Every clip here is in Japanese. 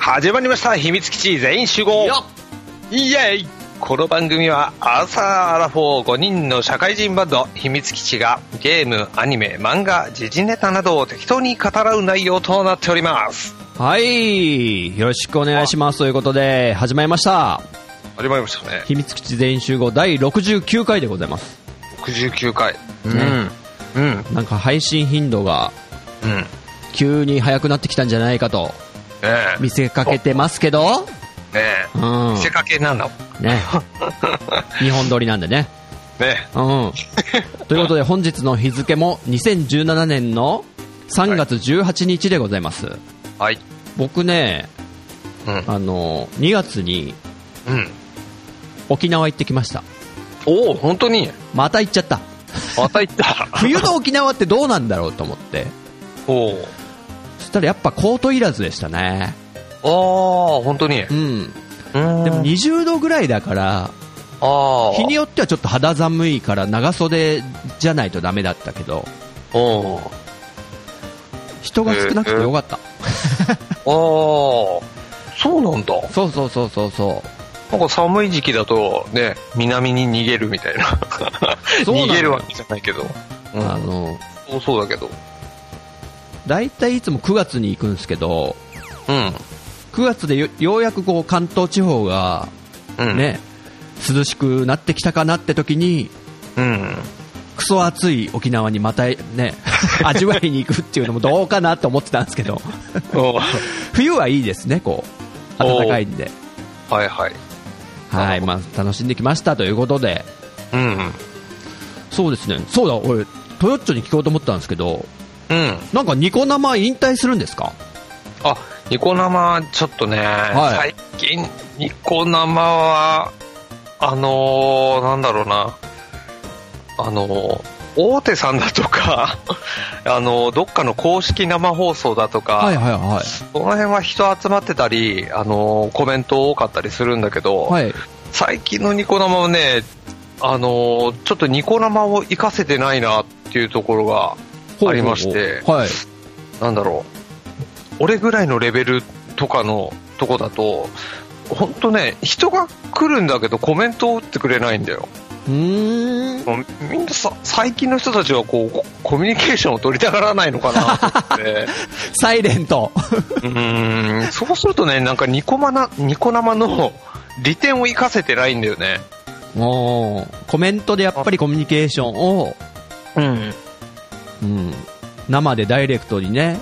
始まりました秘密基地全員集合イエイこの番組はアーサー・アラフォー5人の社会人バンド秘密基地がゲーム、アニメ、漫画、時事ネタなどを適当に語らう内容となっておりますはい。よろしくお願いします。ということで、始まりました。始まりましたね秘密基地全員集合第69回でございます。 69回うん、ねうんうんなんか配信頻度が急に早くなってきたんじゃないかとねえ見せかけてますけど、ねうえん見。せかけなんだもんね。日本撮りなんでね。ねうん。ということで、本日の日付も2017年の3月18日でございます。えはい僕ね、うんあの、2月にうん沖縄行ってきました。おお本当にまた行っちゃった。また行った 冬の沖縄ってどうなんだろうと思って。 おそしたらやっぱコートいらずでしたね。おああ本当にううん。ーんでも20度ぐらいだから、ああ日によってはちょっと肌寒いから長袖じゃないとダメだったけど、おー人が少なくてよかった。ああそうなんだそうそうそうそうそなんか寒い時期だとね、南に逃げるみたいな。 そうなのよ逃げるわけじゃないけど。う。あの、うん、そうだけど。だいたいいつも9月に行くんですけど、うん。 9月でよようやくこう関東地方がうん。。ね、涼しくなってきたかなって時に、 うん。クソ暑い沖縄にまたね、 味わいに行くっていうのもどうかなと思ってたんですけど、お冬はいいですね、こう、暖かいんで。はいはい。はい、まあ、楽しんできましたということで、うん。そうですね、そうだ、俺、トヨッチョに聞こうと思ったんですけど、うん。なんかニコ生引退するんですかあ、ニコ生、ちょっとね、はい最近、ニコ生は、あのー、なんだろうな、あのー、大手さんだとか、 あのー、どっかの公式生放送だとか、はいはいはこの辺は人集まってたり、あのーコメント多かったりするんだけど、い。はい。最近のニコ生はね、あのーちょっとニコ生を活かせてないなっていうところが、ありましてほうほうほうはい。なんだろう、俺ぐらいのレベルとかのとこだと、本当ね、人が来るんだけどコメントを打ってくれないんだよ。うーん。もうみんなさ、最近の人たちはこう、ココミュニケーションを取りたがらないのかなと思っ て。サイレント。 うーんそうするとね、なんかニコマナ、ニコ生の 利点を活かせてないんだよね。おーコメントでやっぱりコミュニケーションを、うん。うん、生でダイレクトにね、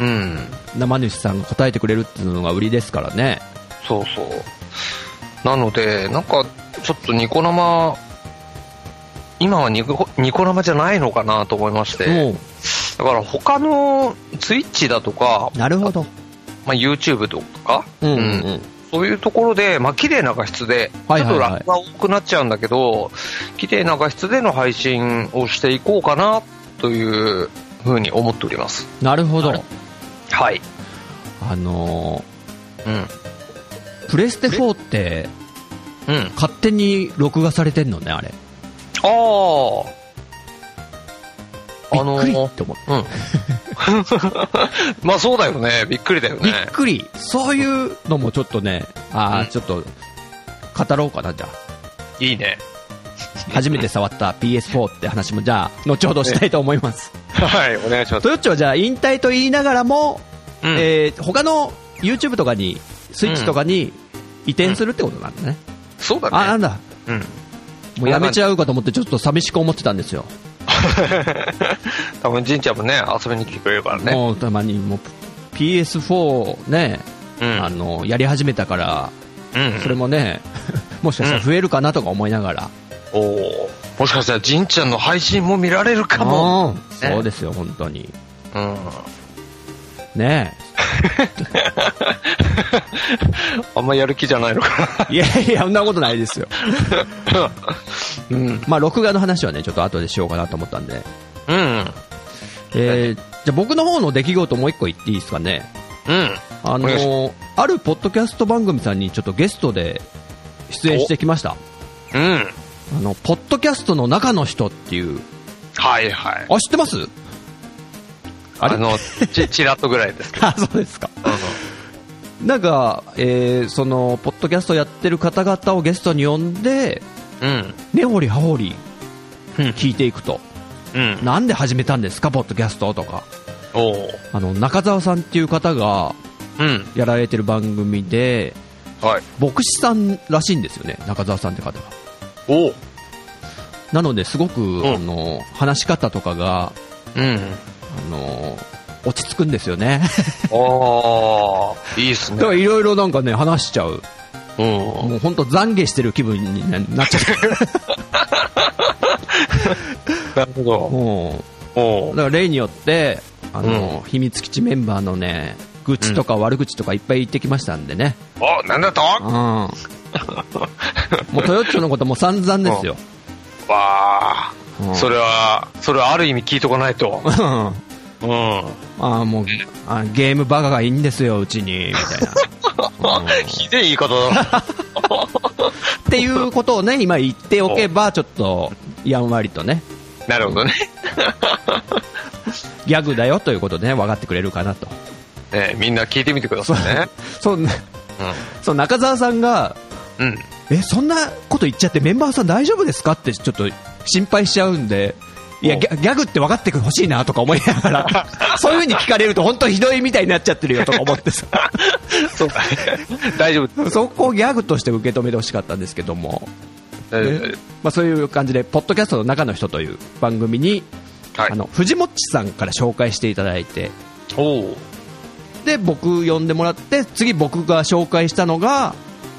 うん。生主さんが答えてくれるっていうのが売りですからね。そうそう。なので、なんか、ちょっとニコ生、今はニコニコ生じゃないのかなと思いまして。おうだから他の Twitch だとか、なるほど。まあ、YouTube とか、うんうんうん。そういうところで、まあ、綺麗な画質で、はいはいはいちょっとラップが多くなっちゃうんだけど、綺麗な画質での配信をしていこうかな、というふうに思っております。なるほなるど。はい。あのうん。ープレステ4ってうん。勝手に録画されてんのね、あれ。ああ。びあのっくりーって思って。うん。 まあそうだよね。びっくりだよびねっ。くり。そういうのもちょっとね、あうんあ、ちょっと、語ろうかな、じゃあ。いいね。初めて触った PS4 って話も、じゃあ、後ほどしたいと思います。はい、お願いしまト。ヨッチョはじゃあ、引退と言いながらも、うん、えー他の YouTube とかに、スイッチとかに移転するってことなんだね。そうだね。あ、なんだ。うん。もうやめちゃうかと思って、ちょっと寂しく思ってたんですよ。多分、じんちゃんもね、遊びに来てくれるからね。もうたまに、もう PS4 ね、うん。あの、やり始めたから、うんそれもね、 もしかしたら増えるかなとか思いながら。おお。もしかしたら、じんちゃんの配信も見られるかも。うんそうですよ、本当に。うん。 ねあんまやる気じゃないのかえ。いやいや、そんなことないで すよ。な。うん。まあ、録画の話はね、ちょっと後でしようかなと思ったんで。うん。えー、じゃあ僕の方の出来事もう一個言っていいですかね。うん。あのお願いしー、あるポッドキャスト番組さんにちょっとゲストで出演してきました。うん。あの、ポッドキャストの中の人っていう。はいはい。あ、知っ てますああれの、ち、ちらっとぐらいですけど。あ、そうですか。なんか、えーそのポッドキャストやってる方々をゲストに呼んでうん。根掘り葉掘りうん。聞いていくと、うん。なんで始めたんですか、ポッドキャストとか、おーあの中澤さんっていう方がうん。やられてる番組で、はい。牧師さんらしいんですよね、中澤さんって方が。おーなのですごく、んあの話し方とかがうん。あの落ち着くんですよね。ああ、いいっすだからね。 いろいろなんかね、話しちゃう。うん。 もう本当懺悔してる気分にななっちゃう。なるほど。もおう、ーだから例によって、あの、秘密基地メンバーのね、愚痴とか悪口とかいっぱい言ってきましたんでね。お、なんだとうん。もうトヨッチョのことも散々ですよ。わあう、んそれは、それはある意味聞いとかないと。うん。あうん。あ、もうあ、ゲームバカがいいんですよ、うちに、みたいな。ひでえ言い方だ な。っていうことをね、今言っておけば、ちょっと、やんわりとね、なるほどね。ギャグだよということでね、分かってくれるかなと。ねみんな聞いてみてくださいね。そんな、その中澤さんが、うん。うん。えそんなこと言っちゃってメンバーさん大丈夫ですかってちょっと心配しちゃうんでいやおギャギャグって分かってほしいなとか思いながら そういうふうに聞かれると本当ひどいみたいになっちゃってるよとか思ってさそうか。大丈夫。 そこをギャグとして受け止めてほしかったんですけども、大丈ねまあ、そういう感じで「ポッドキャストの中の人」という番組に、夫はいあ。の藤もっちさんから紹介していただいておお。で僕呼んでもらって次僕が紹介したのが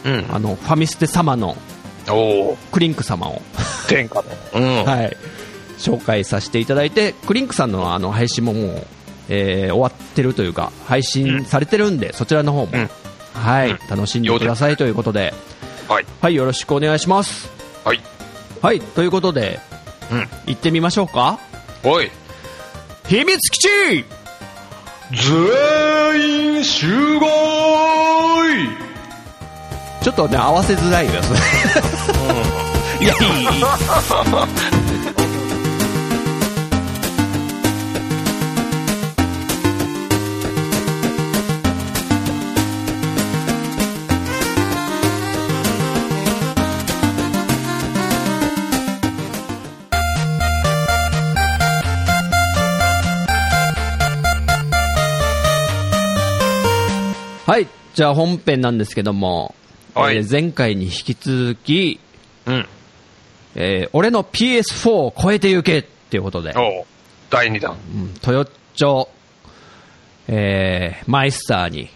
うん。あのファミステ様のおお。クリンク様を。天下の。うん。はい、紹介させていただいて、クリンクさんのあの配信ももう、えー終わってるというか、配信されてるんで、そちらの方も、うんはい、うん楽しんでくださいということで、はい。はい、よろしくお願いします。はい。はい、ということで、うん。行ってみましょうか。おい。秘密基地全員集合ちょっとね、合わせづらいですね。いや、いいいい。はい、じゃあ本編なんですけども、はいえー前回に引き続き、 うん。えー俺の PS4 を超えてゆけっていうことで、おう第2弾。うん、トヨッチョ、えーマイスターに、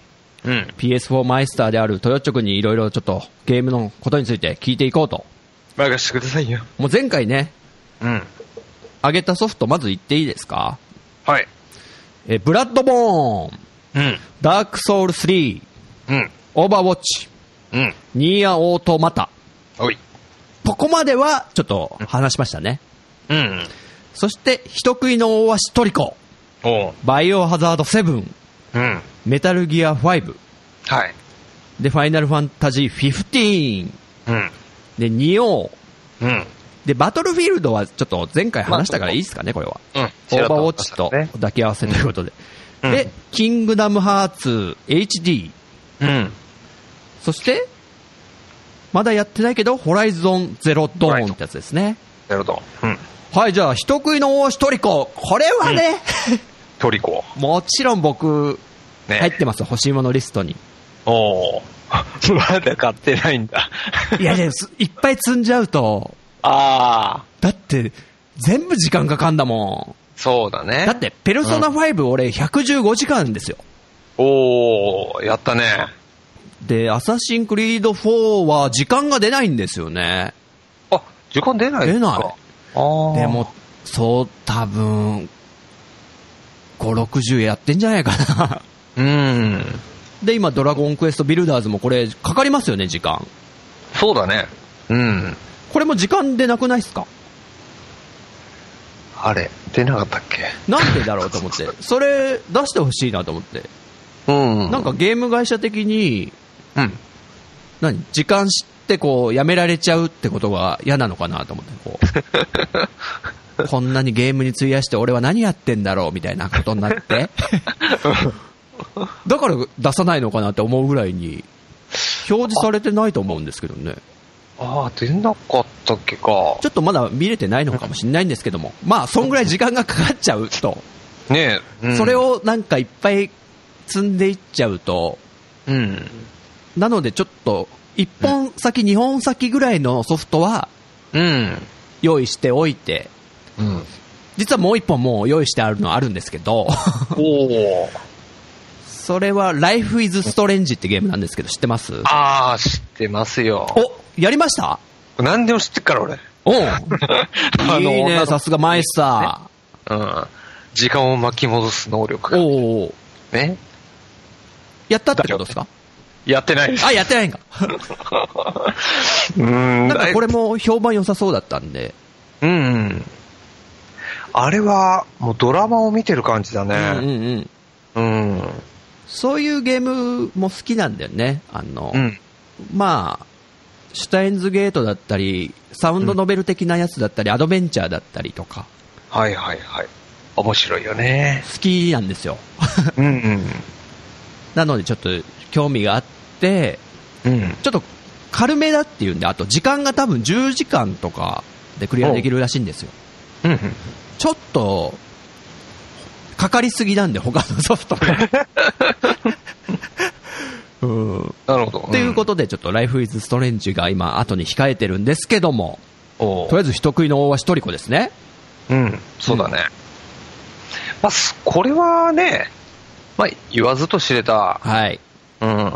うん。 PS4 マイスターであるトヨッチョ君にいろいろちょっとゲームのことについて聞いていこうと。任してくださいよ。もう前回ね、うん。上げたソフトまず言っていいですかはい。えーブラッドボーン、うん。ダークソウル3、うん。オーバーウォッチ、うん。ニーアオートマタ。おい。ここまではちょっと話しましたね。うん。そして、人食いの大鷲トリコ、おう。バイオハザード7、うん。メタルギア5、はい。で、ファイナルファンタジー15、うん。で、ニオうん。で、バトルフィールドはちょっと前回話したからいいですかね、これは。うん。オオーバーウォッチと抱き合わせということうで。んうでん、キングダムハーツ HD、うん。そして、まだやってないけど、ホライゾンゼロドーンってやつですね。なるほど。うん。はい、じゃあ、人食いの大鷲トリコ、これはね、トリコ。 もちろん僕、ね入ってます、欲しいものリストに。おお。 まだ買ってないん だ。いやいや、すいっぱい積んじゃうと、ああ。だって、全部時間かかんだもそうだん。ね。だって、ペルソナ5、俺、115時間ですよ。おお、やったね。で、アサシンクリード4は時間が出ないんですよね。あ、時間出ないんですか出ない。ああ。でも、そう、多分、5、60やってんじゃないかな。うん。で、今、ドラゴンクエストビルダーズもこれ、かかりますよね、時間。そうだね。うん。これも時間でなくないっすかあれ、出なかったっけなんでだろうと思って。それ、出してほしいなと思って。うん。なんか、ゲーム会社的に、うん。何時間知ってこうやめられちゃうってことが嫌なのかなと思ってこ うこんな にゲームに費やして俺は何やってんだろうみたいなことになってだだから出さないのかなって思うぐらいに、表示されてないと思うんですけどね。ああ、出なかったっけかち。ょっとまだ見れてないのかもしれないんですけども、まあ、そんぐらい時間がかかっちゃうと、ねえ、うんそれ、をなんかいっぱい積んでいっちゃうと、うん。なのでちょっと、1本先、2本先ぐらいのソフトはうん。用意しておいて、うん。実はもう1本もう用意してあるのはあるんですけ ど、おお。それは Life is Strange ってゲームなんですけど、知ってますああ、知ってますよ。おやりました何でも知ってっから、 俺。おうあのいい女ね、のさすがマイスタうん。時間を巻き戻す能力ー。が。おうね。やったってことですかやってないです。あ、やってないんか。 うーん。なんかこれも評判良さそうだったんで。うんうん。あれは、もうドラマを見てる感じだうんうね。んうん。うん。そういうゲームも好きなんだよね。あの、うん。まあ、シュタインズゲートだったり、サウンドノベル的なやつだったり、アドベンチャーだったりとか、はいはいはい。面白いよね。好きなんですよ。うんうん。なのでちょっと興味があって、うん。ちょっと軽めだっていうんで、あと時間が多分10時間とかでクリアできるらしいんですよ。うんうん。ちょっと、かかりすぎなんで、他のソフトが。 うんなるほど。。ということとで、ちょっと Life is Strange が今、後に控えてるんですけども、おうとりあえず人食いの大鷲トリコですね。うん。そうだね。まあ、すこれはね、まあ、言わずと知れた、はい。うん。あ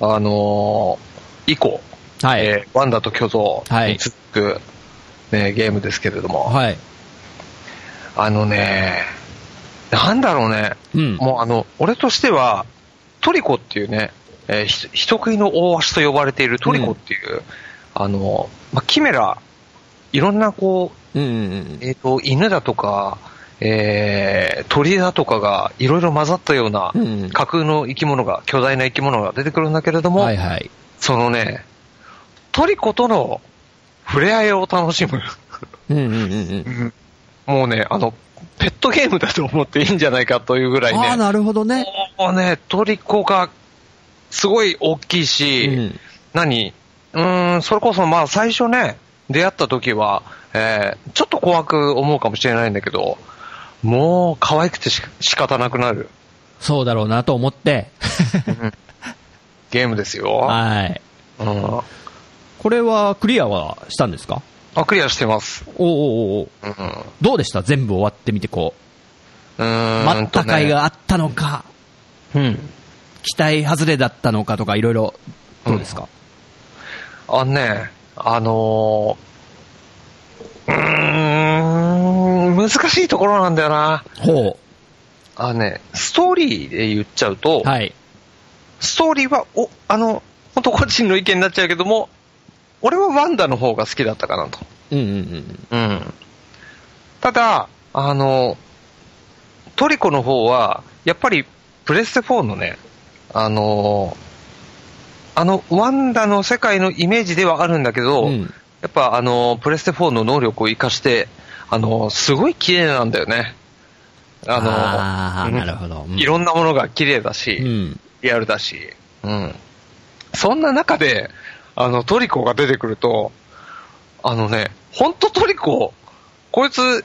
のー以降、はい。えーワンダと巨像に続く、ね、ゲームですけれども、はい。あのね、なんだろうね、うん。もうあの、俺としては、トリコっていうね、えーひ人食いの大足と呼ばれているトリコっていう、あの、まあ、キメラ、いろんなこう、うんうんうん。えっ、と、犬だとか、えー鳥だとかがいろいろ混ざったようなうんうん架空の生き物が、巨大な生き物が出てくるんだけれども、はいはい。そのね、トリコとの触れ合いを楽しむ。うんうんうんうん。もうね、あの、ペットゲームだと思っていいんじゃないかというぐらいね。ああ、なるほどね。もうね、トリコが、すごい大きいし、うん何うーん、それこそまあ最初ね、出会った時は、えーちょっと怖く思うかもしれないんだけど、もう可愛くてし仕方なくなる、そうだろうなと思って。ゲームですよ。 はい。うん。これはクリアはしたんですかあ、クリアしてます。おうおうおううん。うどうでした全部終わってみてこう。ー待んっとたね甲斐があったのか、うん。期待外れだったのかとかいろいろ、どうですか、あのね、あのー、うーん、難しいところなんだよな。ほあのね、ストーリーで言っちゃうと、う。はい。ストーリーは、お、あの、本当個人の意見になっちゃうけども、俺はワンダの方が好きだったかなと。うんうんうん。うん。ただ、あの、トリコの方は、やっぱり、プレステ4のね、あの、あの、ワンダの世界のイメージではあるんだけど、うんやっぱあの、プレステ4の能力を活かして、あの、すごい綺麗なんだよね。あの、あーうんなるほど。うんいろんなものが綺麗だし、うん。リアルだし、うん。そんな中で、あの、トリコが出てくると、あのね、ほんとトリコ、こいつ、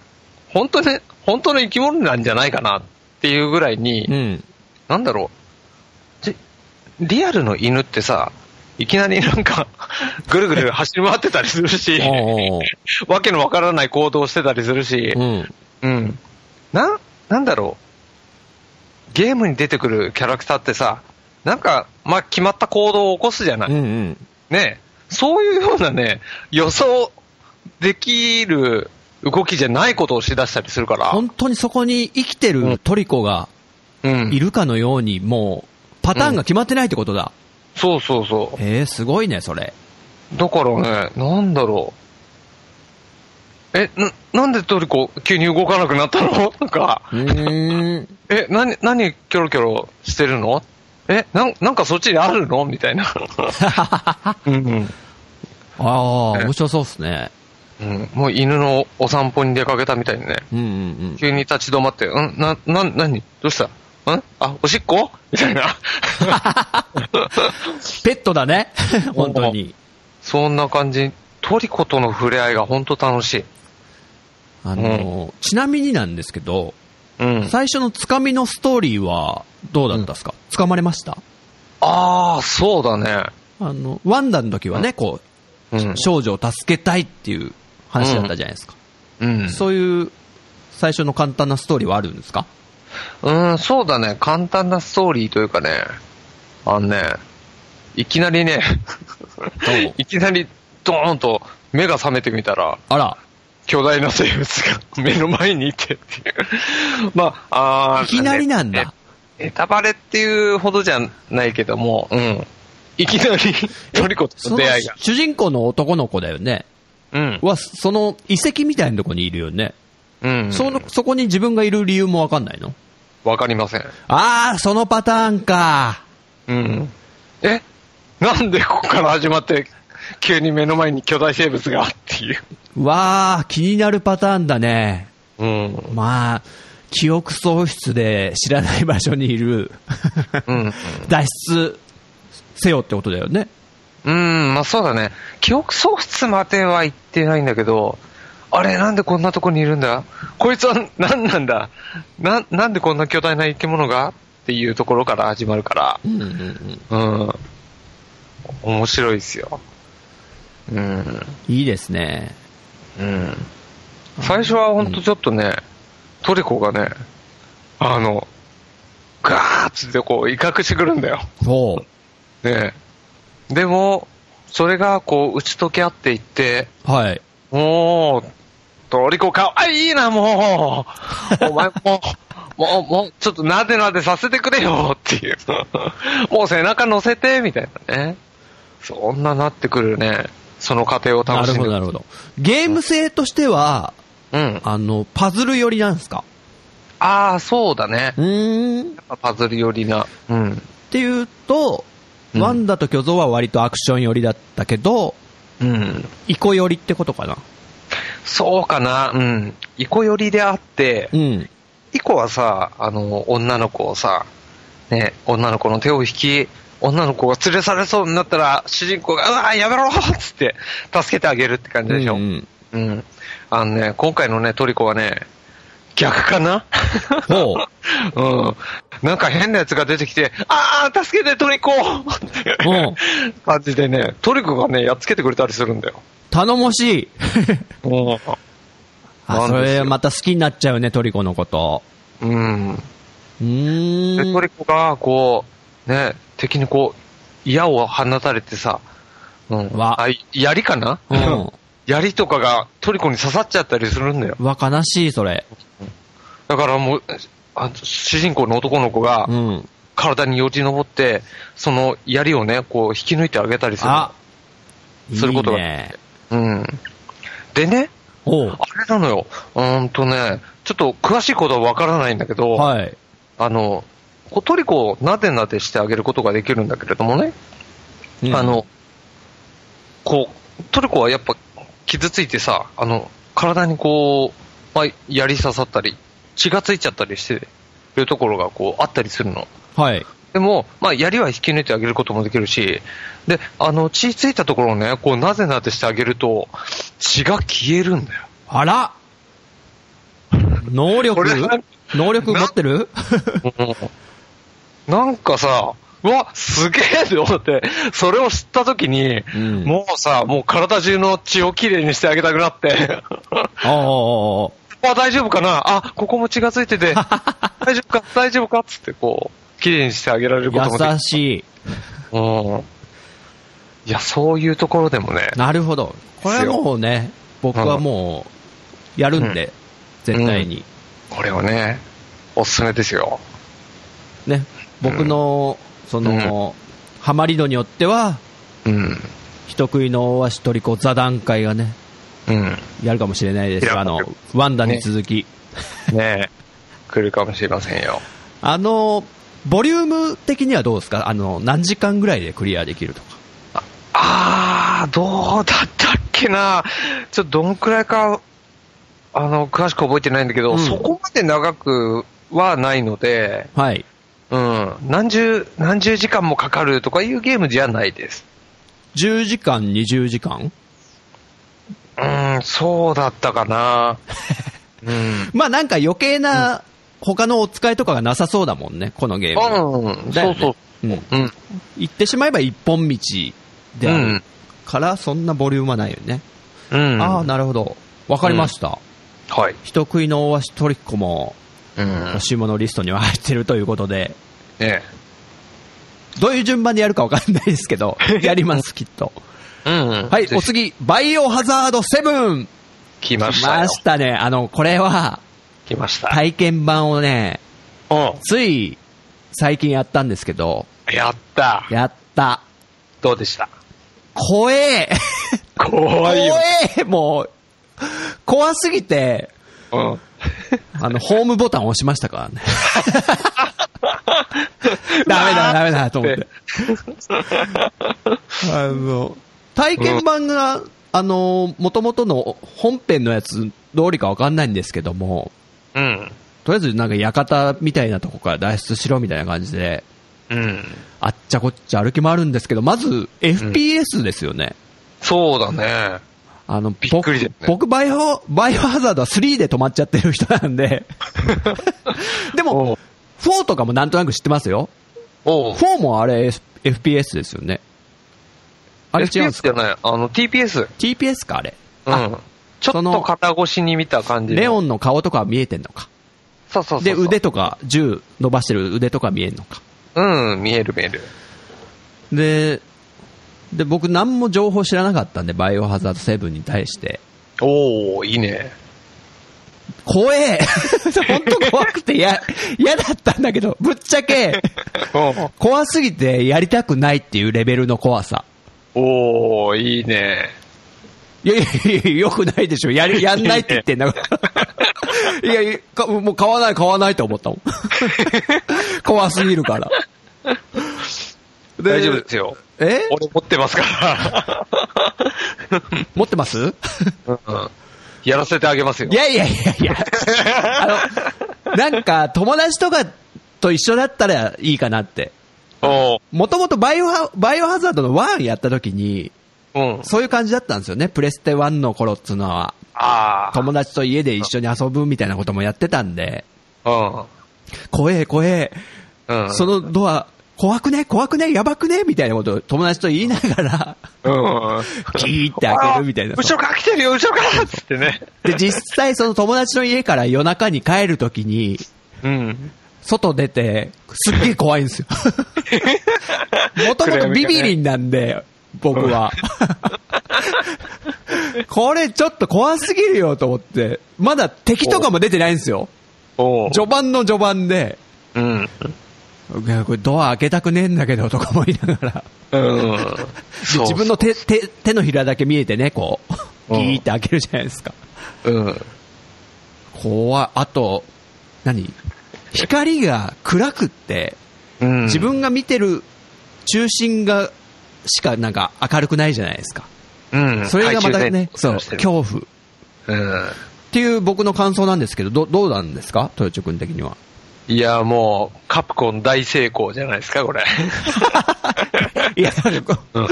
本当ね、本当の生き物なんじゃないかなっていうぐらいに、うん。なんだろう、じリアルの犬ってさ、いきなりなんか、ぐるぐる走り回ってたりするし、 おうおうわけのわからない行動してたりするしおう。、うん。うん。な、なんだろう。ゲームに出てくるキャラクターってさ、なんか、まあ、決まった行動を起こすじゃない。うんうん。ねそういうようなね、予想できる動きじゃないことをしだしたりするから。本当にそこに生きてるトリコがうんいるかのように、もう、パターンが決まってないってことだ。そうそうそえー、すごいね、それ。う。だからね、なんだろう。え、な、なんでトリコ急に動かなくなったの とか。うん。え、なに、なにキョロキョロしてるのえ、なん、なんかそっちにあるのみたいな。うんうん。あ あ、面白そうっすね。うん、もう犬のお散歩に出かけたみたいにね、うんうんうん。急に立ち止まって、うん、な、な、なにどうしたんあ、おしっこ みたいな。ペット だね。本当に。そんな感じ。トリコとの触れ合いが本当楽しい。あの、ちなみになんですけど、うん。最初のつかみのストーリーはどうだったですか、つかまれましたああ、そうだね。あの、ワンダの時はね、こうんう、。少女を助けたいっていう話だったじゃないですか。うん。そういう最初の簡単なストーリーはあるんですかうん、そうだね。簡単なストーリーというかね。あのね、いきなりねお、 いきなりドーンと目が覚めてみたら、あら、巨大な生物が 目の前にいてっていう。まあ、あーいきなりなんだ。ネタバレっていうほどじゃないけども、うん。いきなりトリコとそのの出会いが。主人公の男の子だよね。うん。は、その遺跡みたいなとこにいるよね。うん。その、そこに自分がいる理由もわかんないのわかりません。あー、そのパターンか。うん。えなんでここから始まって、急に目の前に巨大生物がっていう。わー、気になるパターンだね。うん。まあ、記憶喪失で知らない場所にいる。うん。 脱出せよってことだよね。うん、まあそうだね。記憶喪失までは言ってないんだけど、あれ、なんでこんなとこにいるんだこいつは何なんだな、なんでこんな巨大な生き物がっていうところから始まるから。うんうんうん。うん。面白いですよ。うん。いいですね。うん。最初はほんとちょっとね、トリコがね、あの、ガーッつってこう威嚇してくるんだよ。そねえでも、それがこう打ち解け合っていって、う。はい。もう、トリコか、あ、いいな、も うお前もう、もう、もう、ちょっとなでなでさせてくれよっていう。もう背中乗せて、みたいなね。そんななってくるね。その過程をな楽るしんほで。ど、なるほど。ゲーム性としては、うん。あの、パズル寄りなんですかああ、そうだね。うん。っパズル寄りな。うん。ていうと、うんワンダと巨像は割とアクション寄りだったけど、うん。イコ寄りってことかな。そうかな。うん。イコ寄りであって、うん。イコはさ、あの、女の子をさ、ね、女の子の手を引き、女の子が連れ去れそうになったら、主人公が、うわーやめろっつって、助けてあげるって感じでしょ。ううん。うんんあのね、今回のね、トリコはね、逆かな ほう。うん。なんか変なやつが出てきて、ああ、助けてトリコってうん 感じでね、トリコがね、やっつけてくれたりするんだよ。頼もし い。あ、なそんですれよまた好きになっちゃうね、トリコのこと。うん。うで、トーん。リコが、こう、ね、敵にこう、矢を放たれてさ、うん。わあ、槍かなうん。 槍とかがトリコに刺さっちゃったりするんだよ。うわ、悲しい、それ。だからもう、あ主人公の男の子がう、ん。体によじ登って、その槍をね、こう、引き抜いてあげたりする。あ、することがいいね。うん。でね、おうあれなのよ。うーんとね、ちょっと詳しいことはわからないんだけど、はい。あの、こうトリコをなでなでしてあげることができるんだけれどもね、うんあ、の、こう、トルコはやっぱ傷ついてさ、あの、体にこう、まあ、槍刺さったり、血がついちゃったりしてるところがこうあったりするの。はい。でも、まあ、槍は引き抜いてあげることもできるし、で、あの、血ついたところをね、こう、なぜなぜしてあげると、血が消えるんだよ。あら能こ力れは能力持っ てるうんなんかさ、うわ、すげえって思って、それを知った時に、んもうさ、もう体中の血をきれいにしてあげたくなって、おうおうおうおうあ、大丈夫かなあ、ここも血がついて て、大丈夫か大丈夫かっつって、こう、綺麗にしてあげられることもでき優しい。うん。いや、そういうところでもね。なるほど。これはもうね、僕はもう、やるんで、絶対に。これはね、おすすめですよ。ね。僕の、その、ハマり度によっては、うん。人食いの大足トリコ座談会がね、うん。やるかもしれないですいよ。やあの、ワンダに続き。 ねえ。来るかもしれませんよ。あの、ボリューム的にはどうですかあの、何時間ぐらいでクリアできるとか。あー、どうだったっけなちょっとどんくらいか、あの、詳しく覚えてないんだけど、うんそこまで長くはないので、はい。うん、何十、何十時間もかかるとかいうゲームじゃないです。 10時間、20時間うん、そうだったか な。うん。まあなんか余計な他のお使いとかがなさそうだもんね、このゲーム。うん、だよそうそねう。うん。うん。言ってしまえば一本道であるから、そんなボリュームはないよね。うん。ああ、なるほど。わかりました。はい。人食いの大足トリッコもうん欲。しいものリストには入ってるというこ とで、ねどういう順番でやるかわかんないです けど、やります、きっと。うん。はい、ぜおひ次、バイオハザード7来ま来したよま。したね。あの、これは、来ました。体験版をね、うつい、最近やったんですけど、ん。やった。やった。どうでした怖え怖怖いよ。えもう、怖すぎて、うん。あの、ホームボタン押しましたからね。 ダメだ、ダメだ、と思って。あの、体験版が、あの、元々の本編のやつ、どうりかわかんないんですけども、うん。とりあえずなんか館みたいなとこから脱出しろみたいな感じで、うん。あっちゃこっちゃ歩き回るんですけど、まず FPS ですよね。そうだね。あの、びっくりだよね僕、僕バイオ、バイオハザードは3で止まっちゃってる人な んで。でおう、も4とかもなんとなく知ってますよ。おう。 4もあれ、FPS ですよね。あれ違うんで FPS じすかゃない。あの、TPS。 ?TPS か、あれ。うん。ちょそっのと肩越しに見た感じの。レオンの顔とかは見えてんのか。そうそうそうで、そう。腕とか、銃伸ばしてる腕とか見えんのか。うん、見える見える。で、で、僕何も情報知らなかったんで、バイオハザード7に対して。おおいいね。怖え 本当怖くてや、嫌だったんだけど、ぶっちゃけ、う怖すぎてやりたくないっていうレベルの怖さ。ん。おおいいね。いやいやいや、よくないでしょ。やり、やんないって言ってん だから。いやいやか、もう買わない買わないと思ったもん。怖すぎるから。大丈夫ですよ。え俺持ってますから。持ってますうん。やらせてあげますよい。やいやいやいや。あの、なんか友達とかと一緒だったらいいかなって。おうもともとバイオハ、バイオハザードの1やった時に、うん。そういう感じだったんですよね。プレステ1の頃っつうのは。ああ。友達と家で一緒に遊ぶみたいなこともやってたんで、う怖え怖え、ん。うん。そのドア、怖くね怖くねやばくねみたいなことを友達と言いなが ら、うん。キーって開けるみたいなあ。後ろから来てるよ、後ろからつってね。で、実際その友達の家から夜中に帰るときに、うん。外出て、すっげえ怖いんで すよ。もともとビビリンなんで、僕 は。これちょっと怖すぎるよと思って、まだ敵とかも出てないんですよ。おう序盤の序盤で、うん。いやこれドア開けたくねえんだけどとか思いながら、うん。で自分の手、手、手のひらだけ見えてね、こう、うんギーって開けるじゃないですか。うん。怖い。あと、何光が暗くって、うん。自分が見てる中心が、しかなんか明るくないじゃないですか。うん。それがまた懐中電ね、灯そう、してる恐怖。っうん。ていう僕の感想なんですけど、ど、どうなんですか豊地君的 には。いや、もう、カプコン大成功じゃないですか、これ。いや、なるほ うん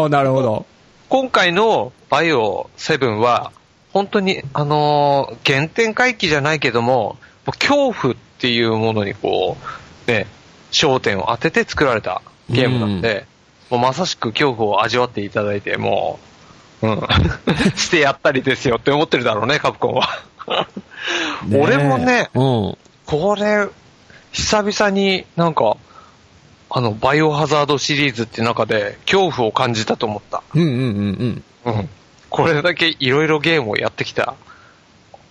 ど。あなるほど。今回のバイオ7は、本当に、あのー原点回帰じゃないけども、もう恐怖っていうものにこう、ね、焦点を当てて作られたゲームなんで、もうまさしく恐怖を味わっていただいて、もう、うん、 してやったりですよって思ってるだろうね、カプコンは。ねえ俺もね、うん。これ、久々になんか、あの、バイオハザードシリーズって中で恐怖を感じたと思った。うんうんうんうん。うん。これだけいろいろゲームをやってきた、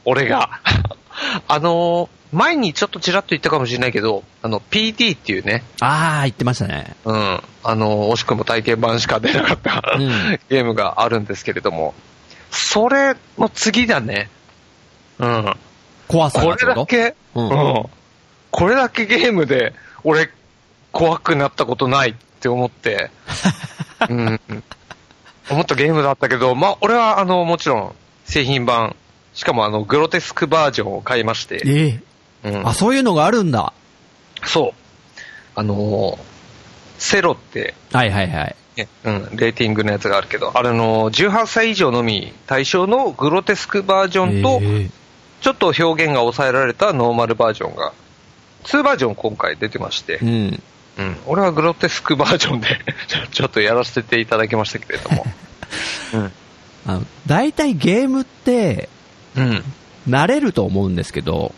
俺が。 あのー前にちょっとちらっと言ったかもしれないけど、あの、PT っていうね、ああ、言ってましたね。うん、あのー惜しくも体験版しか出なかった、うん ゲームがあるんですけれども、それの次だね。うん。怖さこがれってこだとけ、ううんん、これだけゲームで、俺、怖くなったことないって思 って、うん、思ったゲームだったけど、まあ、俺は、あの、もちろん、製品版、しかも、あの、グロテスクバージョンを買いまして、ええうんあ、そういうのがあるんだ。そう。あのーセロって、はいはいはい。ねうん、レーティングのやつがあるけど、あれの18歳以上のみ対象のグロテスクバージョンと、えちょっと表現が抑えられたノーマルバージョンが、2バージョン今回出てましてえ、うん。うん、俺はグロテスクバージョンで ちょ、ちょっとやらせていただきましたけれども。あの、大体ゲームって、 うん。慣れると思うんですけど、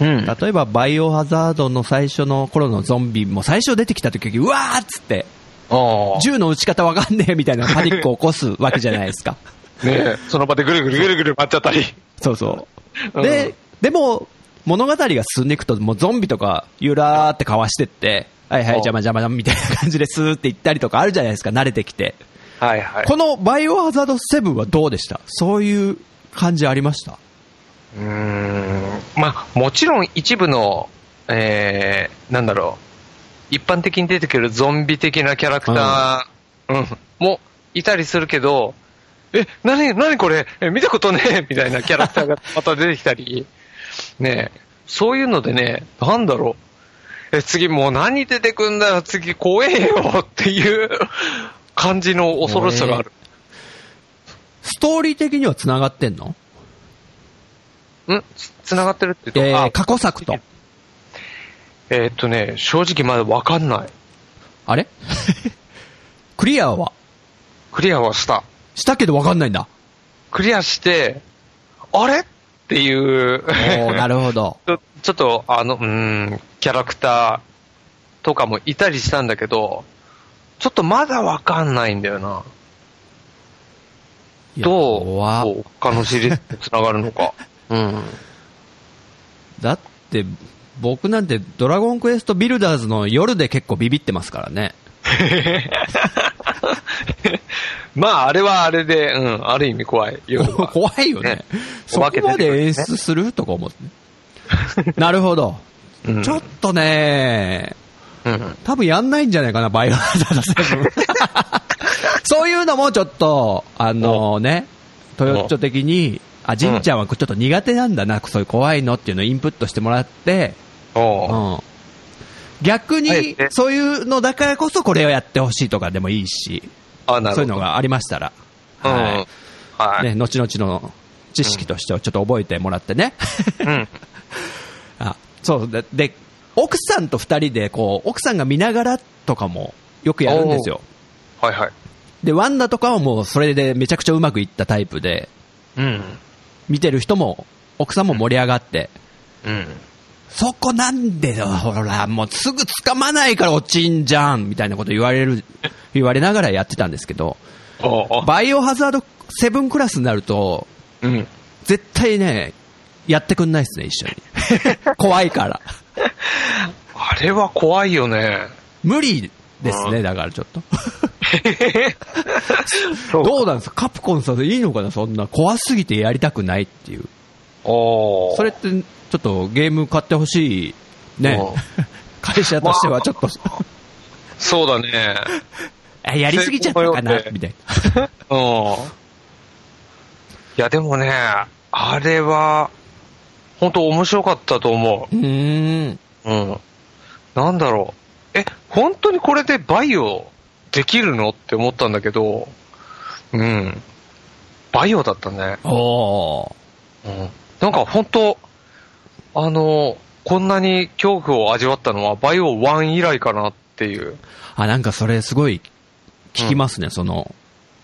うん。例えばバイオハザードの最初の頃のゾンビも最初出てきた時、うわーっつって、あ銃の撃ち方わかんねえみたいなパニックを起こすわけじゃな いですか。あ。ねその場でぐるぐるぐるぐる回っちゃったり。そうそう。うでん、でも、物語が進んでいくと、もうゾンビとか、ゆらーってかわしてって、はいはい、うん邪魔邪魔邪魔みたいな感じでスーって行ったりとかあるじゃないですか、慣れてきて。はいはい。このバイオハザード7はどうでしたそういう感じありましたうーん。まあ、もちろん一部の、えー、なんだろう。一般的に出てくるゾンビ的なキャラクター、うん、もいたりするけど、え、なに、なにこれえ見たことね えみたいなキャラクターがまた出てきたり。ねえそういうのでね、なんだろう。え、次もう何出てくんだよ、次怖えよっていう 感じの恐ろしさがある。ストーリー的には繋がってんのんつ繋がってるって言うえと、ー、過去作と。えーっとね、正直まだわかんない。あれ クリアはクリアはした。したけどわかんないんだ。クリアして、あれっていうおー、なるほど。 ちょ、ちょっと、あの、うーん、キャラクターとかもいたりしたんだけど、ちょっとまだわかんないんだよな。いやどう怖っこう他のシリーズとつながるの か。うん。 だって、僕なんてドラゴンクエストビルダーズの夜で結構ビビってますからね。まあ、あれはあれで、うん、ある意味怖い。夜は 怖いよね。ねそこまで演出するとか思って。なるほど。うんちょっとね、うん。多分やんないんじゃないかな、バイオハザード7。そういうのもちょっと、あのね、トヨッチョ的に、あ、じんちゃんはちょっと苦手なんだな、そういう怖いのっていうのをインプットしてもらって、おううん。逆はにい、そういうのだからこそこれをやってほしいとかでもいいし、あ、なるほど。そういうのがありましたら、うん。は。はいい。ね、後々の知識としてはちょっと覚えてもらってね。うん。あ、そうで、で、奥さんと二人で、こう、奥さんが見ながらとかもよくやるんですよ。はいはい。で、ワンダとかはもうそれでめちゃくちゃうまくいったタイプで、うん。見てる人も、奥さんも盛り上がって、うん。そこなんでよ、ほら、もうすぐ掴まないから落ちんじゃん、みたいなこと言わ れる、言われながらやってたんですけど、おうおうバイオハザード7クラスになると、うん。絶対ね、やってくんないっすね、 一緒に。怖いから。あれは怖いよ ね。無理ですうね、だからちょっと。そうどうなんですかカプコンさんでいいのかなそんな。怖すぎてやりたくないっていう。おーそれって、ちょっとゲーム買ってほしい、ねおう。会社としてはちょっと、そうだね。あやりすぎちゃったかな成功模様って、みたいうん。いや、でもね、あれは、本当面白かったと思な。うーん。う。うん。なんだろう。え、本当にこれでバイオできるのって思ったんだけど、うん。バイオだったね。おー。うんなんか本当、あの、こんなに恐怖を味わったのはバイオ1以来かなっていう。あ、なんかそれすごい聞きますね、その、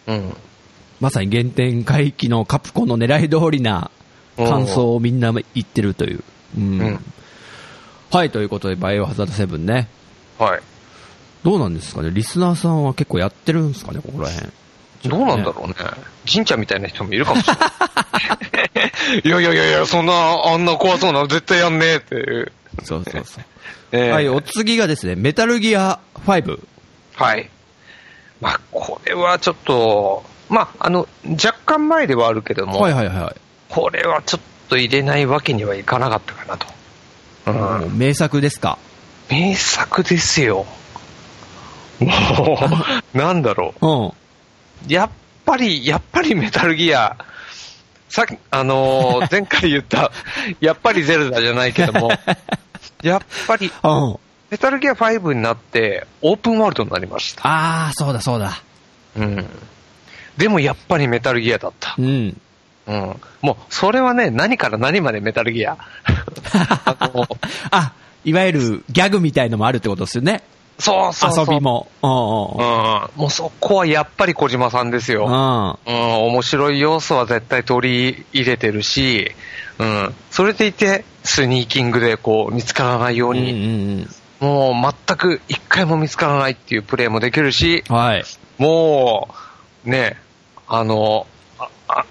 うん。まさに原点回帰のカプコンの狙い通りな感想をみんな言ってるという。うん。うんはい、ということで、バイオハザード7ね。はい。どうなんですかねリスナーさんは結構やってるんですかねここら辺。どうなんだろうね。神ちゃんみたいな人もいるかもしれない。 いやいやいやいや、そんな、あんな怖そうなの絶対やんねえっていう。そうそうそう。ねえはい、お次がですね、メタルギア5。はい。まあ、これはちょっと、まあ、あの、若干前ではあるけども、はいはいはこれはちょっと入れないわけにはいかなかったかなと。う。い。もうん名作ですか。名作ですよ。も う、なんだろう。うん。やっぱり、やっぱりメタルギア、さっき、あの ー前回言った、やっぱりゼルダじゃないけども、やっぱり、うん。メタルギア5になって、オープンワールドになりました。ああ、そうだそうだ。うん。でもやっぱりメタルギアだったう。ん。うん。もう、それはね、何から何までメタル ギア。あのあ、いわゆるギャグみたいのもあるってことですよね。そうそうそう。遊び。も。ううんんうん。。もうそこはやっぱり小島さんですよ。うん。うん、面白い要素は絶対取り入れてるし、うん、それでいて、スニーキングでこう見つからないよううんに、うんもう全く一回も見つからないっていうプレーもできるし、うん。はい。もう、ね、あの、ああ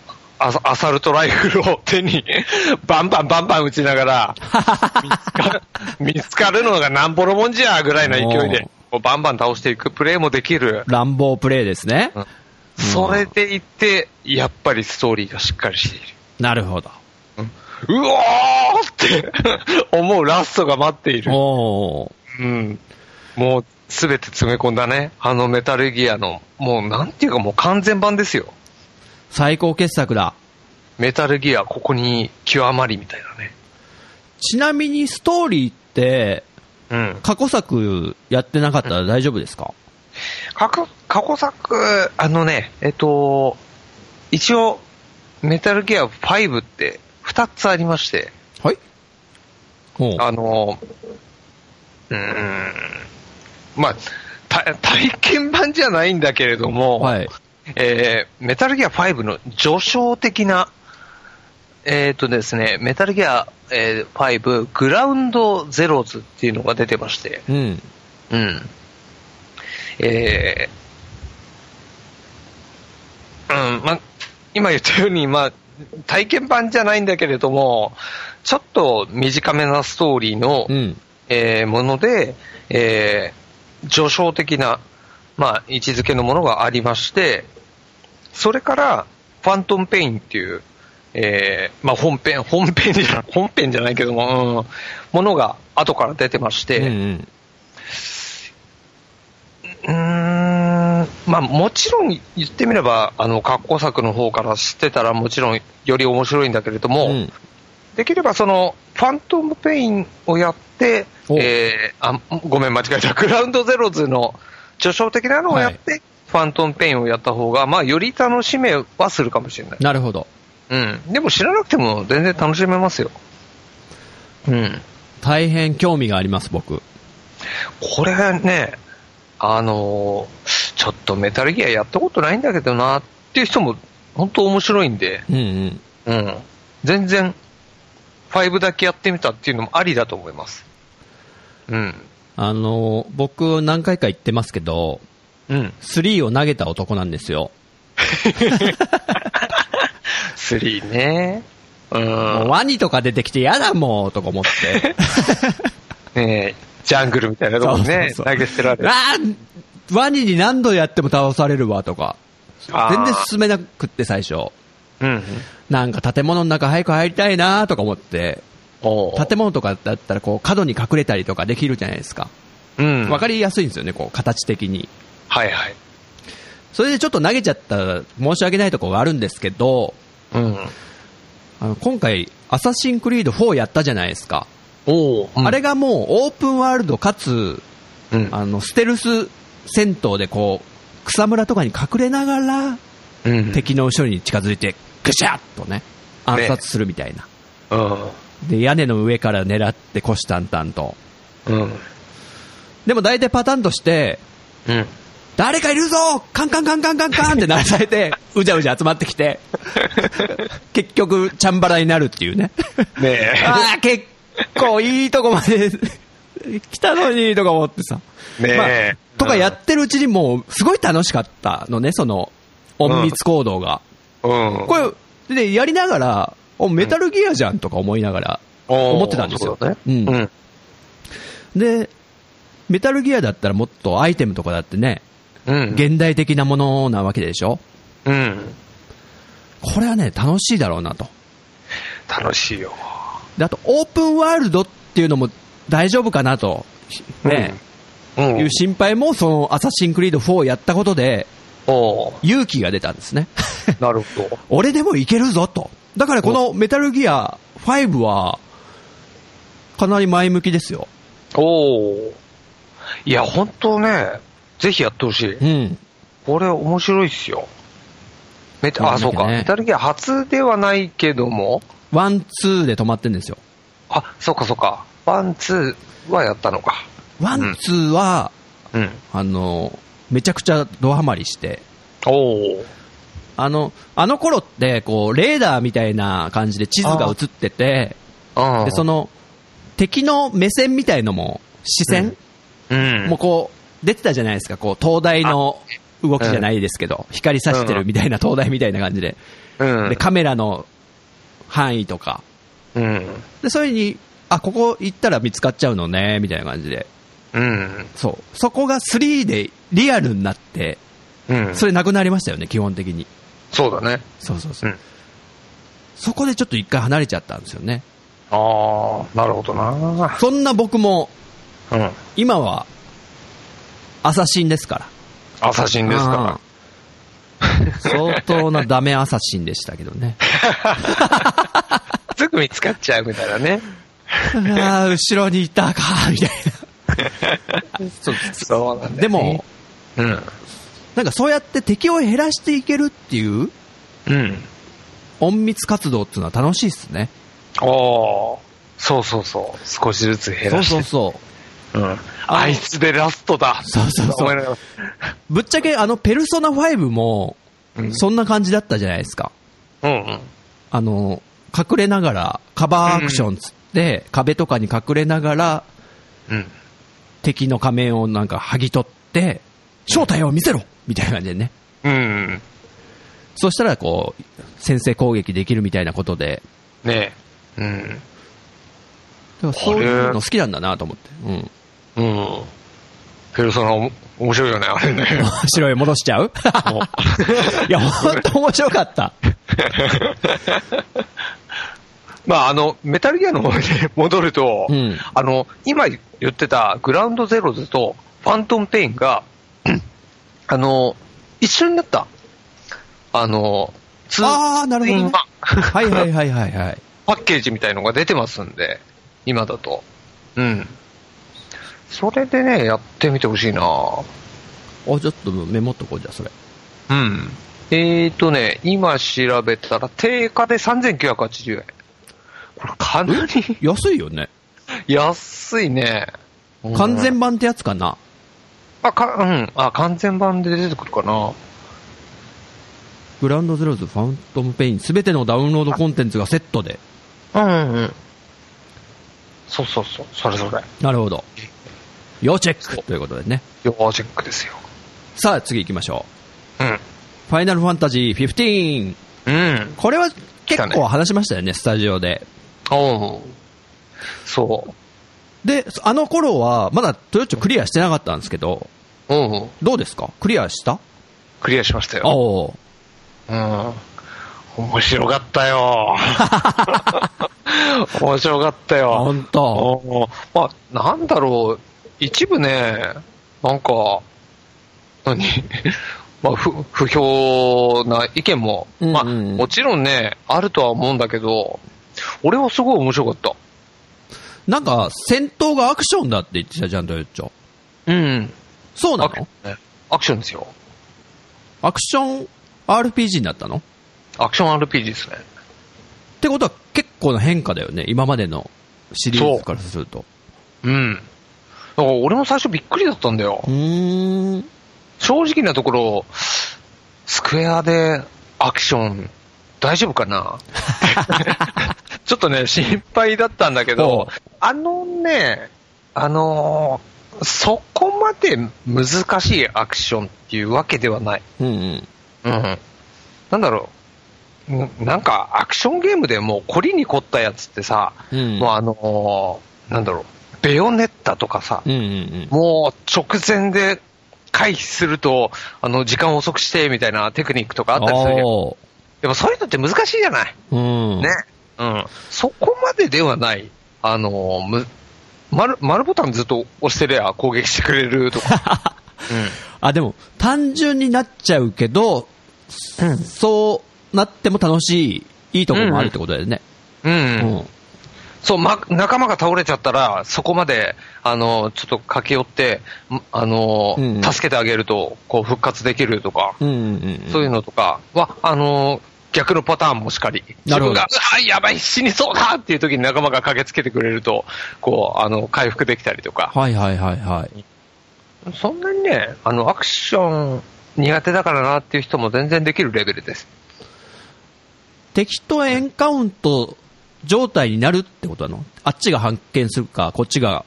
アサアサルトライフルを手に、 バンバンバンバン撃ちながら、見つか見つかるのがなんぼのもんじゃぐらいの勢いで、こうバンバン倒していくプレーもできる。乱暴プレイですね。それでいて、やっぱりストーリーがしっかりしている。なるほど。うおーって思うラストが待っている。おー。うん。もうすべて詰め込んだね。あのメタルギアの、もうなんていうかもう完全版ですよ。最高傑作だ。メタルギアここに極まりみたいなね。ちなみにストーリーって、うん。過去作やってなかったら大丈夫ですか過去、過去作、あのね、えっと、一応、メタルギア5って2つありまして、はい。おうあの、うーん、まあ、た 体験版じゃないんだけれども、はい。えーメタルギア5の序章的な、えっ、とですね、メタルギア、えー5グラウンドゼロズっていうのが出てまして、うん。うん。えーうん、ま、今言ったように、ま、体験版じゃないんだけれども、ちょっと短めなストーリーの、うん。えーもので、えー序章的な、まあ、位置づけのものがありまして、それから、ファントムペインっていう、えーまあ、本編、本編じゃ、 本編じゃないけども、うん、ものが後から出てまして、うんうん。うーんまあもちろん言ってみれば、あの、格好作の方から知ってたらもちろんより面白いんだけれども、うんできればその、ファントムペインをやって、おえーあ、ごめん間違えた、グラウンドゼロズの序章的なのをやって、ファントムペインをやった方が、まあより楽しめはするかもしれない。なるほど。うん。でも知らなくても全然楽しめますよ。うん。大変興味があります、僕。これね、あのーちょっとメタルギアやったことないんだけどなっていう人も本当面白いんで、うんううん。ん。全然、5だけやってみたっていうのもありだと思います。うん。あの、僕何回か言ってますけど、うん。 3を投げた男なんですよ。 3ね。う。もうんワニとか出てきて嫌だもうとか 思って。ねえジャングルみたいなとこにね、そうそうそう投げ捨てられる。あーワニに何度やっても倒されるわとか。あー全然進めなくって最初。うん。なんか建物の中早く入りたいなとか思って。おう建物とかだったらこう角に隠れたりとかできるじゃないですか。うん。わかりりやすいんですよね、こう形的に。はいはい。それでちょっと投げちゃったら申し訳ないとこがあるんですけど、うん。あの今回、アサシンクリード4やったじゃないですか。おうあれがもうオープンワールドかつ、うん。あの、ステルス戦闘でこう、草むらとかに隠れながら、うん。敵の後ろに近づいて、ぐしゃっとね、暗殺するみたいな。うん。で、屋根の上から狙って虎視眈々と。うん。でも大体パターンとして、うん。誰かいるぞカンカンカンカンカンカンって鳴らさ れて、うじゃうじゃ集まってきて、結局、チャンバラになるっていうね。ねえ。 ああ、結構いいとこまで来たのにとか思ってさ。ねえまあとかやってるうちにもう、すごい楽しかったのね、その、隠密行動が。うん。これ、で、やりながら、おメタルギアじゃんとか思いながら、思ってたんですよそうだね。うんうん。で、メタルギアだったらもっとアイテムとかだってね、うん。現代的なものなわけでしょうん。これはね、楽しいだろうなと。楽しいよ。で、あと、オープンワールドっていうのも大丈夫かなと、ね、うん。いう心配も、その、アサシンクリード4をやったことで、おう勇気が出たんですね。なるほど。俺でもいけるぞと。だからこのメタルギア5は、かなり前向きですよ。 おお。いや、本当ね、ぜひやってほしい。うん。これ面白いっすよ。メタ、あ、やらそうなきゃねか。メタルギア初ではないけども、ワン、ツーで止まってんですよ。あ、そうかそうか。ワン、ツーはやったのか。ワン、ツーは、うん。あの、めちゃくちゃドハマりして、おお。あの、あの頃って、こう、レーダーみたいな感じで地図が映ってて、あで、その、の、敵の目線みたいのも、視線、うん。もうこう、出てたじゃないですか、こう、灯台の動きじゃないですけど、光さしてるみたいな灯台みたいな感じで、うん。で、カメラの範囲とか、うん。で、それに、あ、ここ行ったら見つかっちゃうのね、みたいな感じで、うん。そう。そこが3でリアルになって、うん。それなくなりましたよね、基本的に。そうだね。そうそううそう。ん。そこでちょっと一回離れちゃったんですよね。ああ、なるほどな。そんな僕も、うん。今は、アサシンですから。アサシンですから。うん相当なダメアサシンでしたけ どね。すぐ見つかっちゃうみたいなね。ああ、後ろにいたか、みたい な。そうそうなんだ、ね。でも、、うん。なんかそうやって敵を減らしていけるっていううん。隠密活動っていうのは楽しいっすね。おお。そうそうそう。少しずつ減そらうして。そうそう。うん。あいつでラストだ。そうそうそう思いながらぶっちゃけあのペルソナ5も、そんな感じだったじゃないですか。うんうん。あの、隠れながら、カバーアクションつって、壁とかに隠れながら、うん。敵の仮面をなんか剥ぎ取って、正体を見せろみたいな感じでね。うん。そうしたらこう、先制攻撃できるみたいなことで、ねえ。うん。だからそういうの好きなんだなと思って。うん。うん。ペルソナおも面白いよね、あれね。白い戻しちゃうもう いや、ほんと面白かった。 まあ、あの、メタルギアの方に 戻ると、うんあの、今言ってたグラウンドゼロズとファントムペインが、 あの、一緒になった。あの、ツーあーなるほどねツーインワンはいはいはいはいはい。パッケージみたいのが出てますんで、今だと。うん。それでね、やってみてほしいなお、ちょっとメモっとこうじゃあ、それ。うん。えーとね、今調べたら、定価で3980円。これかなり安いよね。安いね。うん完全版ってやつかな。あ、か、うん。あ、完全版で出てくるかな。グランドゼロズ、ファントムペイン、すべてのダウンロードコンテンツがセットで。うんうんうん。そうそうそう。それそれ。なるほど。要チェックということでね。要チェックですよ。さあ、次行きましょうん。う。ファイナルファンタジー15。うん。これは結来たね構話しましたよね、スタジオで。おうそで、あの頃は、まだトヨッチョクリアしてなかったんですけど、う。うん。どうですかクリアしたクリアしましたよ。おーうん。面白かったよ。 面白かったよ。あほんとうんまあ、なんだろう。一部ね、なんか、何 まあ、不、不評な意見も、うんうんまあ、もちろんね、あるとは思うんだけど、俺はすごい面白かった。なんか、戦闘がアクションだって言ってたじゃん、トヨッチョ。うん。そうなアクショのンねアクションですよ。アクション RPG になったのっアクション RPG ですね。てことは結構な変化だよね、今までのシリーズからすると。うん。だから俺も最初びっくりだったんだよ。うーん。正直なところ、スクエアでアクション大丈夫か なちょっとね、心配だったんだけどおう、あのね、あのーそこまで難しいアクションっていうわけではない。うんうん。うん。なんだろう。んなんか、アクションゲームでもう凝りに凝ったやつってさ、うんもうあのーなんだろう、ベヨネッタとかさ、うんうんもう直前で回避すると、あの、時間を遅くして、みたいなテクニックとかあったりするよ。おでもそういうのって難しいじゃない。ーうん。ね。うん。そこまでではない。あの、む、丸、丸ボタンずっと押してりゃ攻撃してくれると か。 あ、でも、単純になっちゃうけど、うんそうなっても楽しい、いいところもあるってことだよね。うん。うん。うん。そう、ま、仲間が倒れちゃったら、そこまで、あの、ちょっと駆け寄って、んあの、うん助けてあげると、こう、復活できるとか、うんうんうん。そういうのとかは、あの、逆のパターンもしかり。自なるほ分どが、あ、やばい、死にそうだっていう時に仲間が駆けつけてくれると、こう、あの、回復できたりとか。はいはいはいはい。そんなにね、あの、アクション苦手だからなっていう人も全然できるレベルです。敵とエンカウント状態になるってことなのあっちが発見するか、こっちが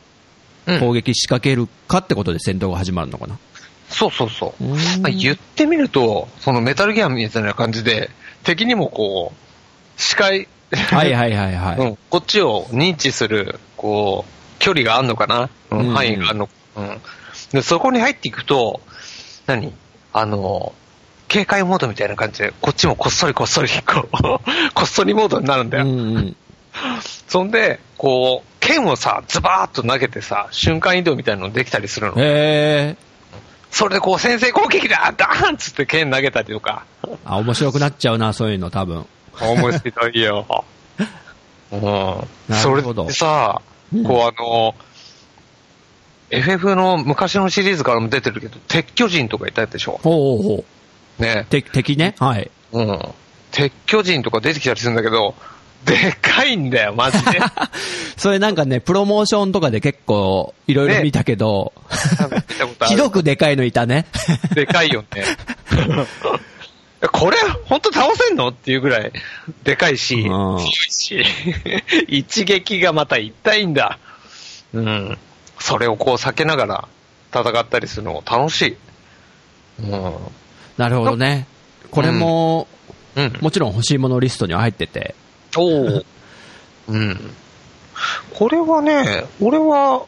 うん攻撃仕掛けるかってことで戦闘が始まるのかな。そうそうそう。うーんまあ言ってみると、そのメタルギアみたいな感じで、敵にもこう、視界、はいはいはいはうい。ん、こっちを認知する、こう、距離があんのかな、うんうん範囲があんの、うんで。そこに入っていくと、何あの、警戒モードみたいな感じで、こっちもこっそりこっそり、こう、 こっそりモードになるんだよ。うんうん。そんで、こう、剣をさ、ズバーっと投げてさ、瞬間移動みたいなのできたりするの。へえ。それでこう、先制攻撃だダーンっつって剣投げたりとか。あ、面白くなっちゃうな、そういうの多分。面白いよ。 うん。それでさ、うんこうあの、FF の昔のシリーズからも出てるけど、鉄巨人とかいたでしょほうほうほねう。。て敵ね。はい。うん。鉄巨人とか出てきたりするんだけど、でかいんだよ、マジ で。それなんかね、プロモーションとかで結構いろいろ見たけど、なんか見たことあるひどくでかいのいたね。 でかいよね。 これ、本当倒せんのっていうぐらい、でかいし、うん強いし、 一撃がまた痛いんだ。うん。それをこう避けながら戦ったりするのも楽しい。うん。なるほどね。これも、うん。もちろん欲しいものリストには入ってて。おーうん。これはね、俺は、